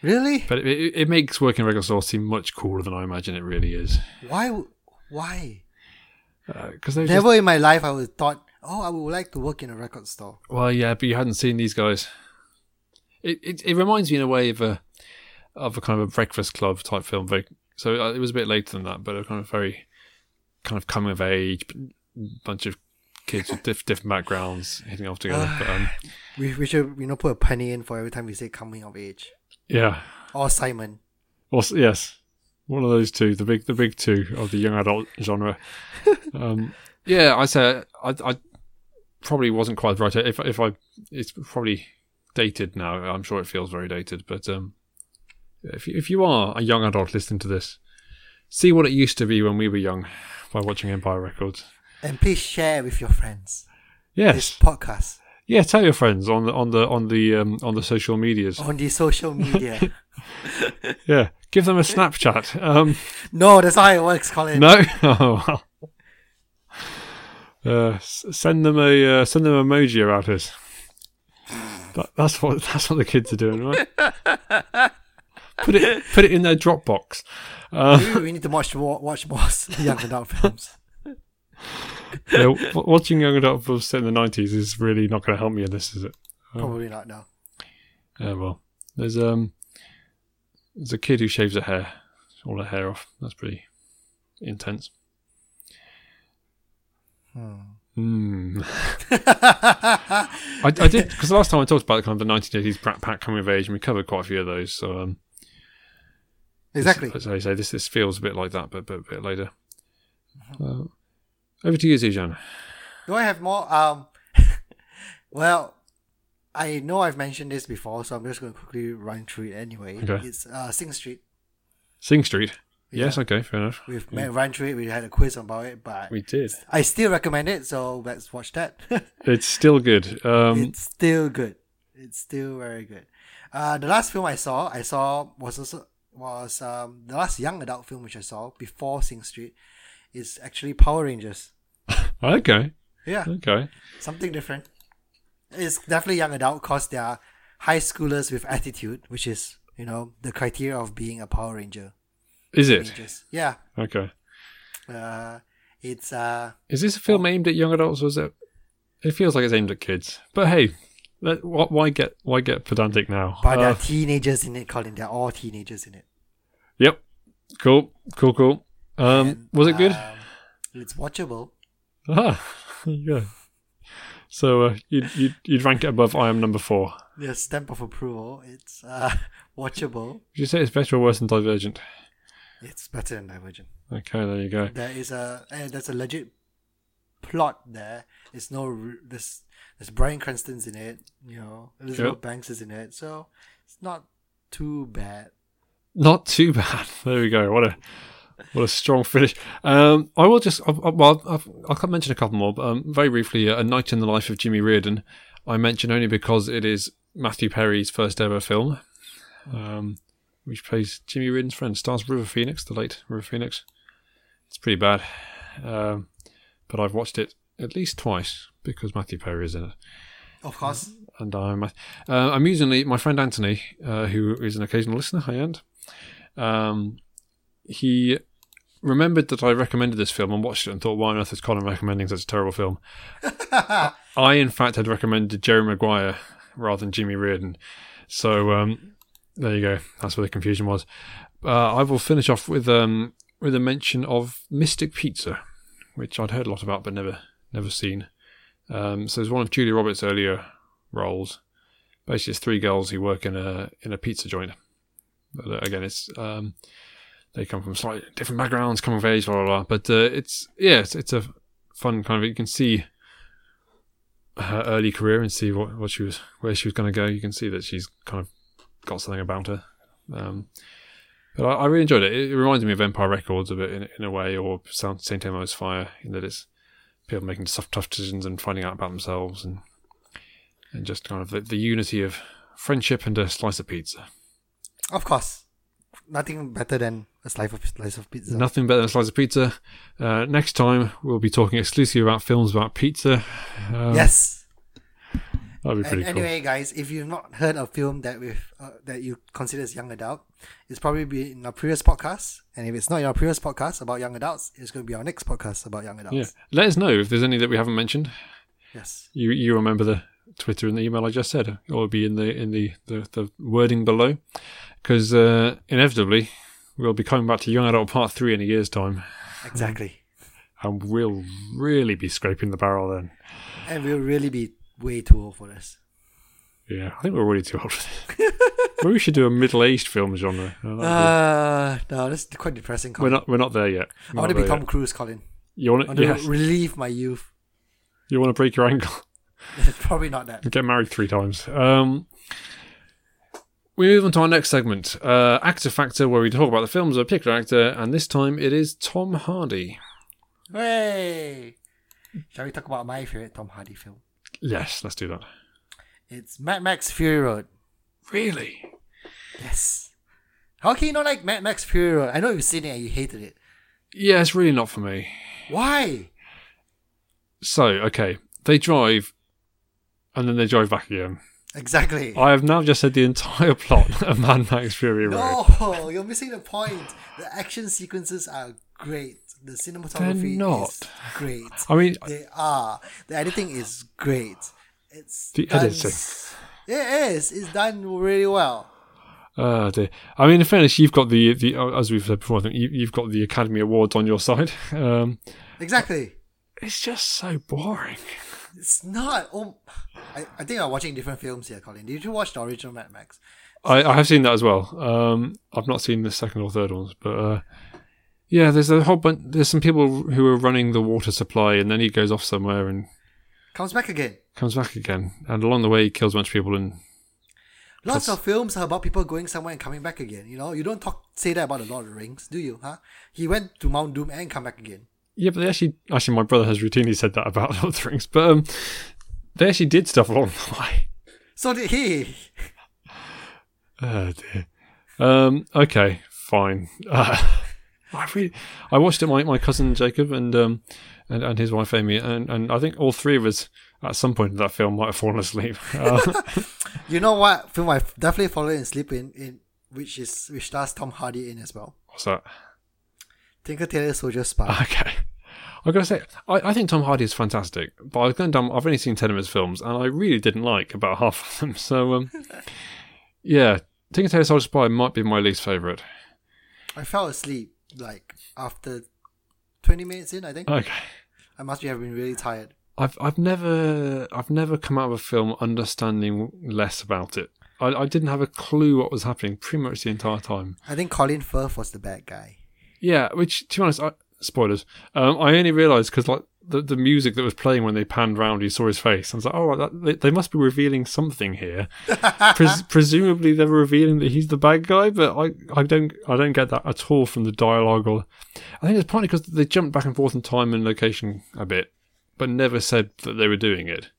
Really? but it, it, it makes working in a record store seem much cooler than I imagine it really is. Uh, Why? w- Why? Because they Never in my life I would have thought, oh, I would like to work in a record store. Well, yeah, but you hadn't seen these guys. It it, it reminds me in a way of a of a kind of a Breakfast Club type film. Very, so uh, it was a bit later than that, but a kind of very kind of coming of age b- bunch of kids with diff, different backgrounds hitting off together. But, um, We, we should you know put a penny in for every time we say coming of age yeah, or Simon. well, s- yes, one of those two, the big the big two of the young adult genre. um, yeah, I say I, I probably wasn't quite right. If if I, it's probably dated now. I'm sure it feels very dated, but um, if you, if you are a young adult listening to this, see what it used to be when we were young by watching Empire Records. And please share with your friends this Yes, podcast yeah. Tell your friends on the on the on the um, on the social medias. on the social media. Yeah, give them a Snapchat. Um, no, that's not how it works, Colin. No. Oh well. Uh, s- send them a uh, send them emoji about us. That, that's what that's what the kids are doing, right? Put it put it in their Dropbox. Maybe we need to watch more, watch more young adult films. You know, w- watching young adult films set in the nineties is really not going to help me in this, is it? Probably not now. Yeah, well, there's um, there's a kid who shaves her hair, all her hair off. That's pretty intense. Hmm. I, I did because the last time I talked about kind of the 1980s Brat Pack coming of age, and we covered quite a few of those. So um, Exactly. as I say, this this feels a bit like that, but but a bit later. Uh, over to you, Zijan. Do I have more? Um, well, I know I've mentioned this before, so I'm just going to quickly run through it anyway. Okay. It's uh, Sing Street. Sing Street. Yes. Okay. Fair enough. We've ma- run through it. We had a quiz about it, but Mm. We did. I still recommend it. So let's watch that. It's still good. Um, it's still good. It's still very good. Uh, the last film I saw, I saw was also was um the last young adult film which I saw before Sing Street, is actually Power Rangers. okay. Yeah. Okay. something different. It's definitely young adult because they are high schoolers with attitude, which is you know the criteria of being a Power Ranger. Is it? Rangers. Yeah, Okay. uh, it's uh, Is this a film aimed at young adults or is it? It feels like it's aimed at kids. But hey, let, wh- why get why get pedantic now? but there Uh, are teenagers in it, Colin. They're all teenagers in it. yep. Cool. Cool. Cool. Um, And, was it good? um, it's watchable. ah. Yeah. So uh, you'd, you'd you'd rank it above I am number four. The stamp of approval. It's uh, watchable. Would you say it's better or worse than Divergent? It's better than Divergent. Okay, there you go. There is a eh, there's a legit plot there. It's no r- this there's Brian Cranston's in it. You know Elizabeth Yep. Banks is in it, so it's not too bad. Not too bad. There we go. What a what a strong finish. Um, I will just I, I, well, I've, I'll mention a couple more, but um, very briefly. Uh, a Night in the Life of Jimmy Reardon. I mention only because it is Matthew Perry's first ever film, um, which plays Jimmy Reardon's friend. Stars River Phoenix, the late River Phoenix. It's pretty bad, um, but I've watched it at least twice because Matthew Perry is in it Of course, and I'm uh, amusingly my friend Anthony, uh, who is an occasional listener, hi and um, he remembered that I recommended this film and watched it and thought, why on earth is Colin recommending such a terrible film? I in fact had recommended Jerry Maguire rather than Jimmy Reardon, so um, there you go. That's where the confusion was. Uh, I will finish off with um, with a mention of Mystic Pizza, which I'd heard a lot about but never never seen. Um, so it's one of Julia Roberts' earlier roles. Basically, it's three girls who work in a in a pizza joint. But uh, again, it's um, they come from slightly different backgrounds, come of age, blah blah blah. But uh, it's yeah, it's, it's a fun kind of. You can see her early career and see what, what she was where she was going to go. You can see that she's kind of got something about her. Um, but I, I really enjoyed it. It, it reminded me of Empire Records a bit in, in a way, or Saint Saint Elmo's Fire, in that it's people making tough, tough decisions and finding out about themselves and and just kind of the, the unity of friendship and a slice of pizza. of course, nothing better than a slice of slice of pizza. Nothing better than a slice of pizza. Uh, next time we'll be talking exclusively about films about pizza. Um, yes. that'd be And pretty cool. anyway, guys, if you've not heard a film that we uh, that you consider as young adult, it's probably be in our previous podcast. And if it's not in our previous podcast about young adults, it's going to be our next podcast about young adults. Yeah, let us know if there's any that we haven't mentioned. Yes. You you remember the Twitter and the email I just said, or it'll be in the in the the, the wording below, because uh, inevitably we'll be coming back to Young Adult Part Three in a year's time, Exactly. and we'll really be scraping the barrel then. Mm-hmm. And we'll really be way too old for this. Yeah, I think we're already too old for this. Maybe we should do a middle-aged film genre. Oh, that'd be- Uh, no, that's quite depressing, we're Colin. not we're not there yet. I want to Not there become yet. Cruise, Colin. You I want want to to yes, relieve my youth. you want to break your ankle Probably not that. and get married three times. Um, we move on to our next segment, uh, Actor Factor, where we talk about the films of a particular actor, and this time it is Tom Hardy. Hooray! Shall we talk about my favorite Tom Hardy film? Yes, let's do that. It's Mad Max Fury Road. Really? Yes. How can you not like Mad Max Fury Road? I know you've seen it and you hated it. Yeah, it's really not for me. Why? So okay, they drive, and then they drive back again. exactly. I have now just said the entire plot of Mad Max Fury Road. No, you're missing the point. The action sequences are great. The cinematography not. is great. I mean, they are. The editing is great. It's The done editing. s- It is. It's done really well. Oh dear. I mean, in fairness, you've got the the uh, as we've said before. I think you, you've got the Academy Awards on your side. Um, Exactly. it's just so boring. It's not. Oh, I, I think I'm watching different films here, Colin. Did you watch the original Mad Max? I, I have seen that as well. Um, I've not seen the second or third ones, but uh, yeah, there's a whole bunch. There's some people who are running the water supply, and then he goes off somewhere and Comes back again. comes back again. And along the way, he kills a bunch of people. And Lots of films are about people going somewhere and coming back again. You know, you don't talk say that about the Lord of the Rings, do you? Huh? He went to Mount Doom and come back again. yeah, but they actually, actually, my brother has routinely said that about other things, but um, they actually did stuff along the way. So did he. Oh dear. Um, okay, fine. Uh, I really, I watched it. My, my cousin Jacob and um, and and his wife Amy, and, and I think all three of us at some point in that film might have fallen asleep. Uh, You know what film I've definitely fallen asleep in, in which is which stars Tom Hardy in as well. what's that? Tinker Tailor Soldier Spy. Okay. I gotta say, I, I think Tom Hardy is fantastic, but I've gone down. I've only seen ten of his films, and I really didn't like about half of them. So, um, yeah, Tinker Tailor Soldier Spy might be my least favorite. I fell asleep like after twenty minutes in, I think. Okay. I must have been really tired. I've I've never I've never come out of a film understanding less about it. I, I didn't have a clue what was happening pretty much the entire time. I think Colin Firth was the bad guy. Yeah, which to be honest, I, spoilers. Um, I only realised because like the, the music that was playing when they panned round, you saw his face. I was like, oh, right, that, they, they must be revealing something here. Pres- presumably, they're revealing that he's the bad guy, but I, I don't I don't get that at all from the dialogue. Or I think it's partly because they jumped back and forth in time and location a bit, but never said that they were doing it.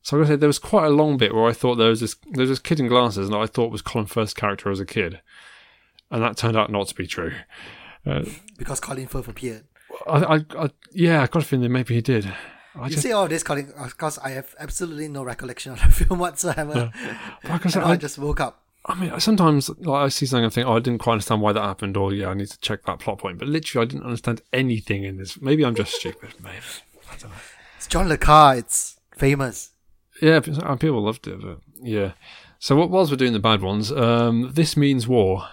So I gotta say, there was quite a long bit where I thought there was this there was this kid in glasses, and I thought was Colin Firth's character as a kid, and that turned out not to be true. Because Colin Firth appeared. I, I, I yeah, I got a feeling that maybe he did. I You just, say all this, Colin, because I have absolutely no recollection of the film whatsoever. like I, said, And I I, just woke up. I mean, sometimes like, I see something and think, oh, I didn't quite understand why that happened, or yeah, I need to check that plot point. But literally, I didn't understand anything in this. Maybe I'm just stupid. Maybe. I don't know. It's John Le Carre. It's famous. Yeah, p- uh, people loved it, but yeah. So what whilst we're doing the bad ones, um, this means war.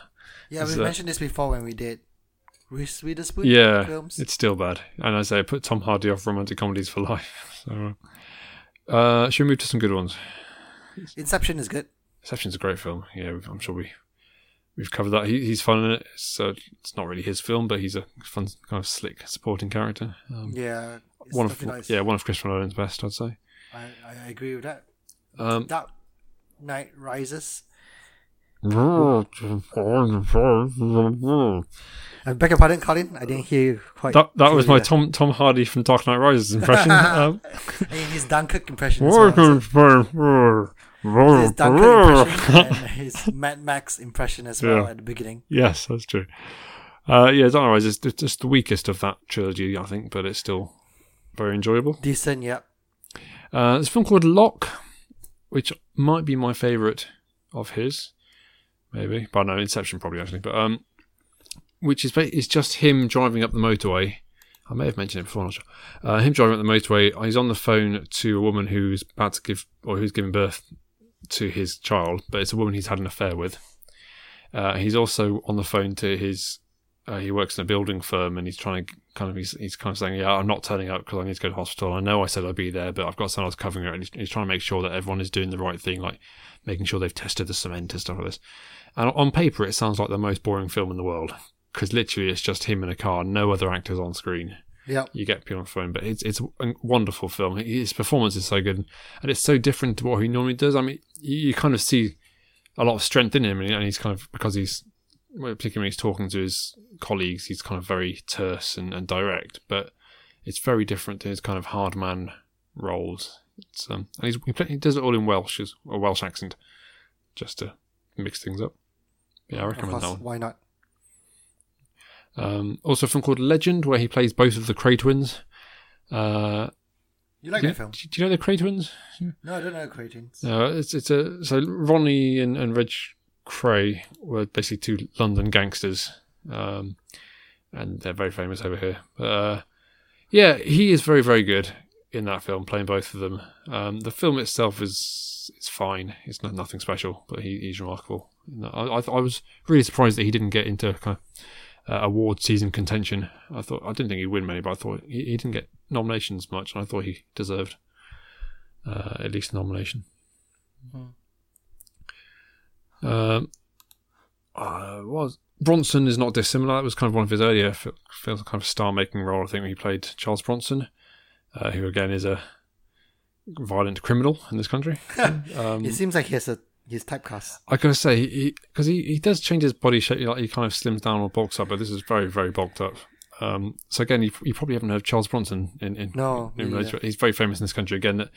Yeah, we that- mentioned this before when we did Reese Witherspoon Yeah, films. it's still bad. And as I say, put Tom Hardy off romantic comedies for life. So, uh, should we move to some good ones? Inception is good. Inception's a great film. Yeah, we've- I'm sure we we've covered that. He, he's fun in it. It's, uh, it's not really his film, but he's a fun kind of slick supporting character. Um, Yeah. It's one of definitely nice. yeah, one of Christopher Nolan's best, I'd say. I, I agree with that. Um, Dark Knight Rises. that I beg your pardon, Colin. I didn't hear you quite. that was my clearly Tom Tom Hardy from Dark Knight Rises impression. um, there. And his Dunkirk impression. As well. So his Dunkirk Yes, impression and his Mad Max impression as well Yeah. at the beginning. that's true. Uh, yeah, Dark Knight Rises is just the weakest of that trilogy, I think, but it's still very enjoyable. Decent, yeah. Uh, there's a film called Lock, which might be my favourite of his, maybe. But no, Inception probably actually. But um, which is ba- is just him driving up the motorway. I may have mentioned it before. Not sure. Uh, him driving up the motorway. He's on the phone to a woman who's about to give or who's giving birth to his child, but it's a woman he's had an affair with. Uh, he's also on the phone to his. Uh, he works in a building firm, and he's trying to kind of he's, he's kind of saying, "Yeah, I'm not turning up because I need to go to hospital. I know I said I'd be there, but I've got someone else covering it." And he's, he's trying to make sure that everyone is doing the right thing, like making sure they've tested the cement and stuff like this. And on paper, it sounds like the most boring film in the world because literally it's just him in a car, no other actors on screen Yeah. you get people on the phone, but it's it's a wonderful film. His performance is so good, and it's so different to what he normally does. I mean, you, you kind of see a lot of strength in him, and, and he's kind of because he's well, particularly when he's talking to his colleagues, he's kind of very terse and, and direct, but it's very different to his kind of hard man roles. It's, um, and he's, he, play, he does it all in Welsh, as a Welsh accent, just to mix things up. Yeah, I Of recommend that course, one. why not? Um, also, a film called Legend, where he plays both of the Cray twins. Uh, You like Do you, that film? do you know the Cratons? No, I don't know Cretins. No, it's it's a so Ronnie and, and Reg Cray were basically two London gangsters, um, and they're very famous over here. But, uh, yeah, he is very very good in that film, playing both of them. Um, the film itself is is fine. It's not, nothing special, but he, he's remarkable. No, I, I th- I was really surprised that he didn't get into kind of, uh, award season contention. I thought I didn't think he'd win many, but I thought he, he didn't get nominations much, and I thought he deserved uh, at least a nomination. Um, uh, was Bronson is not dissimilar. That was kind of one of his earlier fi- films, kind of star-making role. I think when he played Charles Bronson, uh, who again is a violent criminal in this country. um, It seems like he has a he's typecast. I gotta say, because he, he, does change his body shape, like he kind of slims down or bulks up, but this is very, very bulked up. Um, so again, you, you probably haven't heard of Charles Bronson in in, No, in me relation- he's very famous in this country. Again, that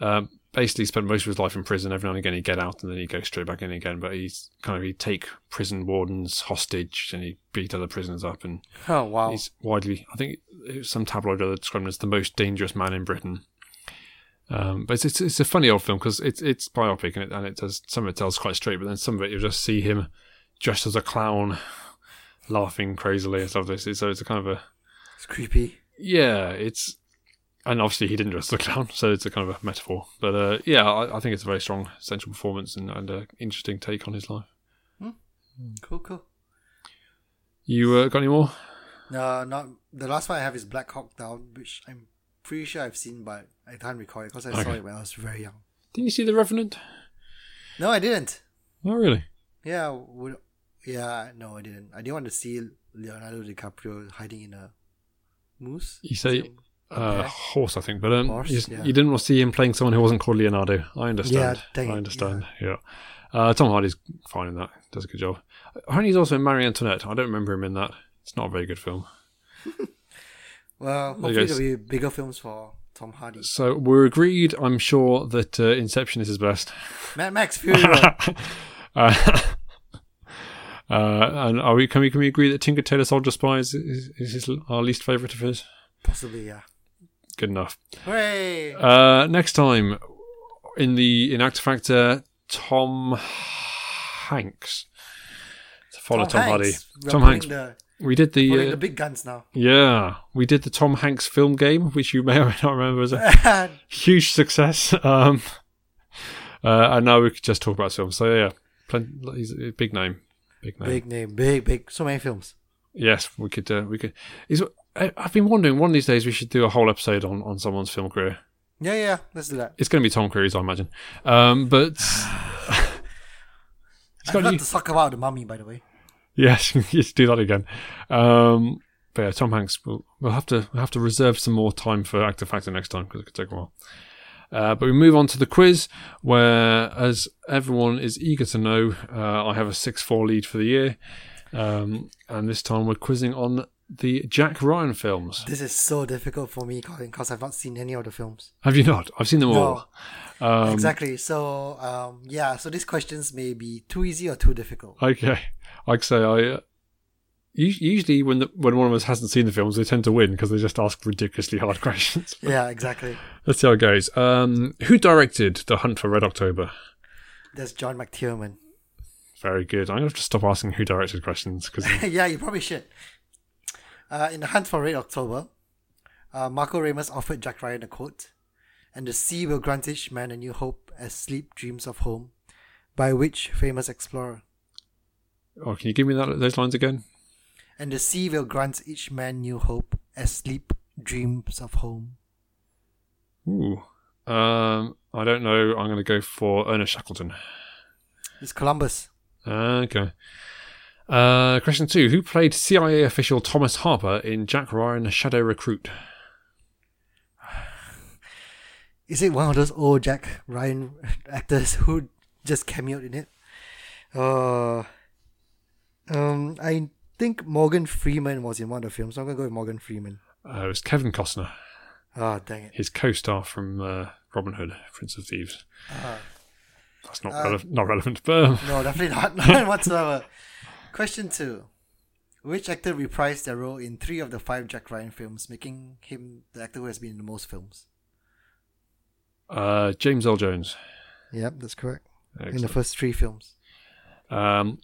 um, basically spent most of his life in prison. Every now and again, he'd get out and then he'd go straight back in again. But he's kind of he'd take prison wardens hostage and he beat other prisoners up. And Oh wow! he's widely, I think, it was some tabloid other described him as the most dangerous man in Britain. Um, but it's, it's it's a funny old film because it's it's biopic and it and it does some of it tells quite straight, but then some of it you'll just see him dressed as a clown, laughing crazily and stuff. Like this. So it's a kind of a It's creepy. yeah, it's and obviously he didn't dress as a clown, so it's a kind of a metaphor. But uh, yeah, I, I think it's a very strong central performance and and a interesting take on his life. Cool, cool. You uh, got any more? No, not the last one I have is Black Hawk Down, which I'm pretty sure I've seen, but I can't recall it because I saw Okay. it when I was very young. Didn't you see The Revenant? No, I didn't. Oh really? Yeah, I would yeah, no, I didn't. I didn't want to see Leonardo DiCaprio hiding in a moose. You say uh, Okay. horse, I think, but um, Horse, you, just- yeah. you didn't want to see him playing someone who wasn't called Leonardo. I understand. Yeah, dang I it, understand. Yeah. Uh, Tom Hardy's fine in that. Does a good job. Hardy's also in Marie Antoinette. I don't remember him in that. It's not a very good film. Well, you hopefully guys- there'll be bigger films for Tom Hardy. So we're agreed. I'm sure that uh, Inception is his best. Mad Max Fury Road. Uh, uh, and are we? Can we? Can we agree that Tinker Tailor Soldier Spy is, is, is his, our least favorite of his? possibly, yeah. Good enough. Hooray! Uh, next time in the in Act Factor, Tom Hanks. To follow Tom, Hardy. Hanks. We're Tom pulling Hanks. The, We did the, pulling uh, the big guns now. yeah, we did the Tom Hanks film game, which you may or may not remember as a huge success. Um, uh, and now we could just talk about films. So yeah, plen- he's a big name, big name. big name, big, big. So many films. Yes, we could. Uh, we could. Is I- I've been wondering. One of these days, we should do a whole episode on on someone's film career. Yeah, yeah, let's do that. It's going to be Tom Cruise, I imagine. Um, but Ah. I'd got love you- to talk about the mummy, by the way. yes, you need to do that again. Um, but yeah, Tom Hanks. We'll, we'll have to we'll have to reserve some more time for Actor Factor next time because it could take a while. Uh, but we move on to the quiz, where, as everyone is eager to know, uh, I have a six-four lead for the year, um, and this time we're quizzing on the Jack Ryan films. This is so difficult for me, Colin, because I've not seen any of the films. Have you not? I've seen them all. Um, exactly. So, um, yeah, so these questions may be too easy or too difficult. Okay, like I say, I uh, us- usually when the, when one of us hasn't seen the films, they tend to win because they just ask ridiculously hard questions. Yeah, exactly. Let's see how it goes. Um, who directed The Hunt for Red October? There's John McTiernan. Very good. I'm gonna have to stop asking who directed questions because yeah, you probably should. Uh, in the hunt for Red October, uh, Marco Ramos offered Jack Ryan a quote, and the sea will grant each man a new hope as sleep dreams of home, by which famous explorer. oh, can you give me that those lines again? And the sea will grant each man new hope as sleep dreams of home. Ooh, um, I don't know. I'm gonna go for Ernest Shackleton. It's Columbus. Okay. Uh, question two: Who played CIA official Thomas Harper in Jack Ryan: Shadow Recruit? Is it one of those old Jack Ryan actors who just cameoed in it? Uh, um, I think Morgan Freeman was in one of the films. so I'm gonna go with Morgan Freeman. Uh, it was Kevin Costner. Ah, dang it. his co-star from uh, Robin Hood, Prince of Thieves. That's not rele- not relevant, but um, No, definitely not. None whatsoever. Question two. Which actor reprised their role in three of the five Jack Ryan films, making him the actor who has been in the most films? Uh, James L. Jones. Yep, that's correct. In the Excellent. first three films. Um,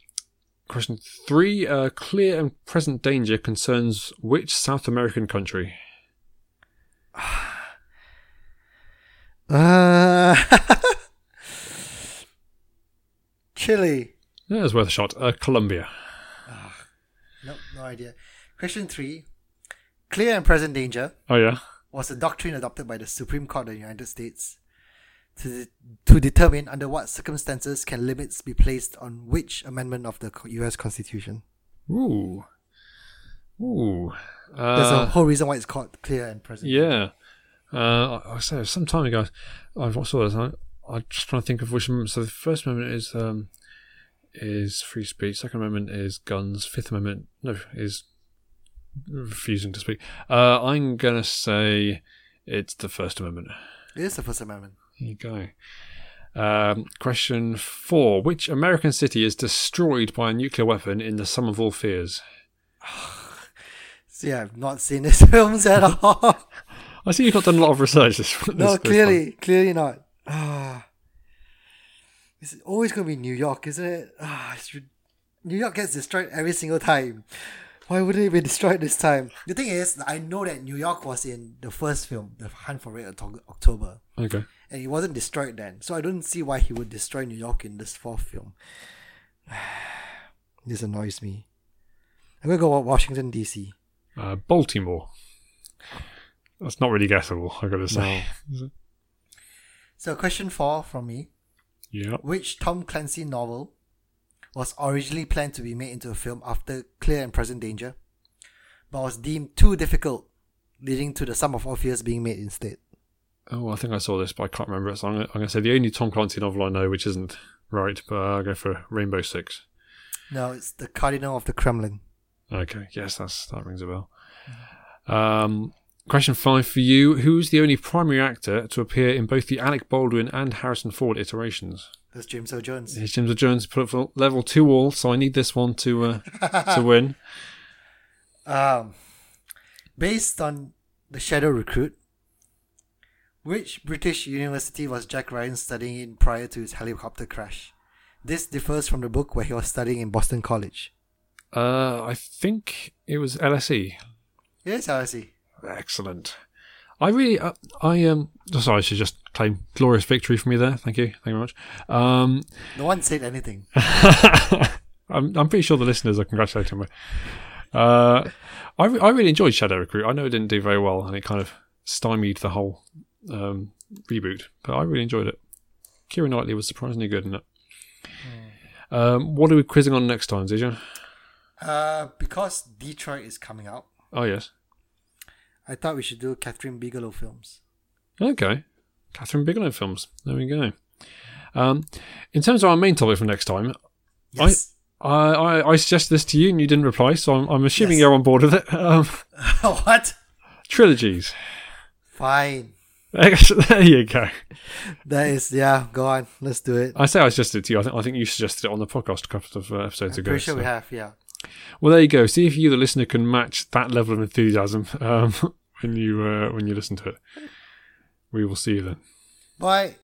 question three: uh, Clear and present danger concerns which South American country? Uh, Chile. Yeah, it's worth a shot. Uh, Colombia. Nope, no idea. Question three. Clear and present danger Oh yeah. was a doctrine adopted by the Supreme Court of the United States to, to determine under what circumstances can limits be placed on which amendment of the co- US Constitution. Ooh. Ooh. There's Uh, a whole reason why it's called clear and present. Yeah. Uh, I, I say some time ago, I saw this. and I, I'm just trying to think of which. Amendment. So the first amendment is um, is free speech. Second amendment is guns. Fifth amendment no is refusing to speak. Uh, I'm gonna say it's the first amendment. It is the First Amendment. There you go. Um, question four: Which American city is destroyed by a nuclear weapon in the Sum of All Fears? So yeah, I've not seen these films at all. I see you've not done a lot of research. This, this- no, this one. clearly, clearly not. Ah, it's always going to be New York, isn't it? Ah, it's re- New York gets destroyed every single time. Why wouldn't it be destroyed this time? The thing is, I know that New York was in the first film, The Hunt for Red Octo- October, Okay. and it wasn't destroyed then. So I don't see why he would destroy New York in this fourth film. this annoys me. I'm going to go with Washington, D.C. Uh, Baltimore. That's not really guessable, I gotta say. So, question four from me. yeah. Which Tom Clancy novel was originally planned to be made into a film after Clear and Present Danger, but was deemed too difficult, leading to the Sum of All Fears being made instead? Oh, I think I saw this, but I can't remember it. So I'm gonna, I'm gonna say the only Tom Clancy novel I know, which isn't right, but I'll go for Rainbow Six. No, it's The Cardinal of the Kremlin. Okay. Yes, that's that rings a bell. Um, question five for you: Who's the only primary actor to appear in both the Alec Baldwin and Harrison Ford iterations? That's James Earl Jones. It's James Earl Jones put up for level two all, so I need this one to uh, to win. Um, based on The Shadow Recruit, which British university was Jack Ryan studying in prior to his helicopter crash? This differs from the book where he was studying in Boston College. Uh, I think it was E. LSE, Yes, I see. Excellent. I really, uh, I um, oh, sorry, I should just claim glorious victory for me there. Thank you, thank you very much. Um, No one said anything. I'm, I'm pretty sure the listeners are congratulating me. Uh, I, re- I really enjoyed Shadow Recruit. I know it didn't do very well, and it kind of stymied the whole um, reboot, but I really enjoyed it. Kieran Knightley was surprisingly good in it. Um, what are we quizzing on next time, Zijan? Uh, because Detroit is coming out, Oh yes, I thought we should do Catherine Bigelow films. Okay. Catherine Bigelow films. There we go. Um, in terms of our main topic for next time, Yes. I, I, I suggested this to you and you didn't reply, so I'm, I'm assuming Yes. you're on board with it. Um, what? trilogies. Fine. there you go. That is, yeah, go on. Let's do it. I say I suggested it to you. I think, I think you suggested it on the podcast a couple of uh, episodes I'm ago. pretty sure so- we have, yeah. Well, there you go. See if you, the listener, can match that level of enthusiasm um, when you uh, when you listen to it. We will see you then. Bye.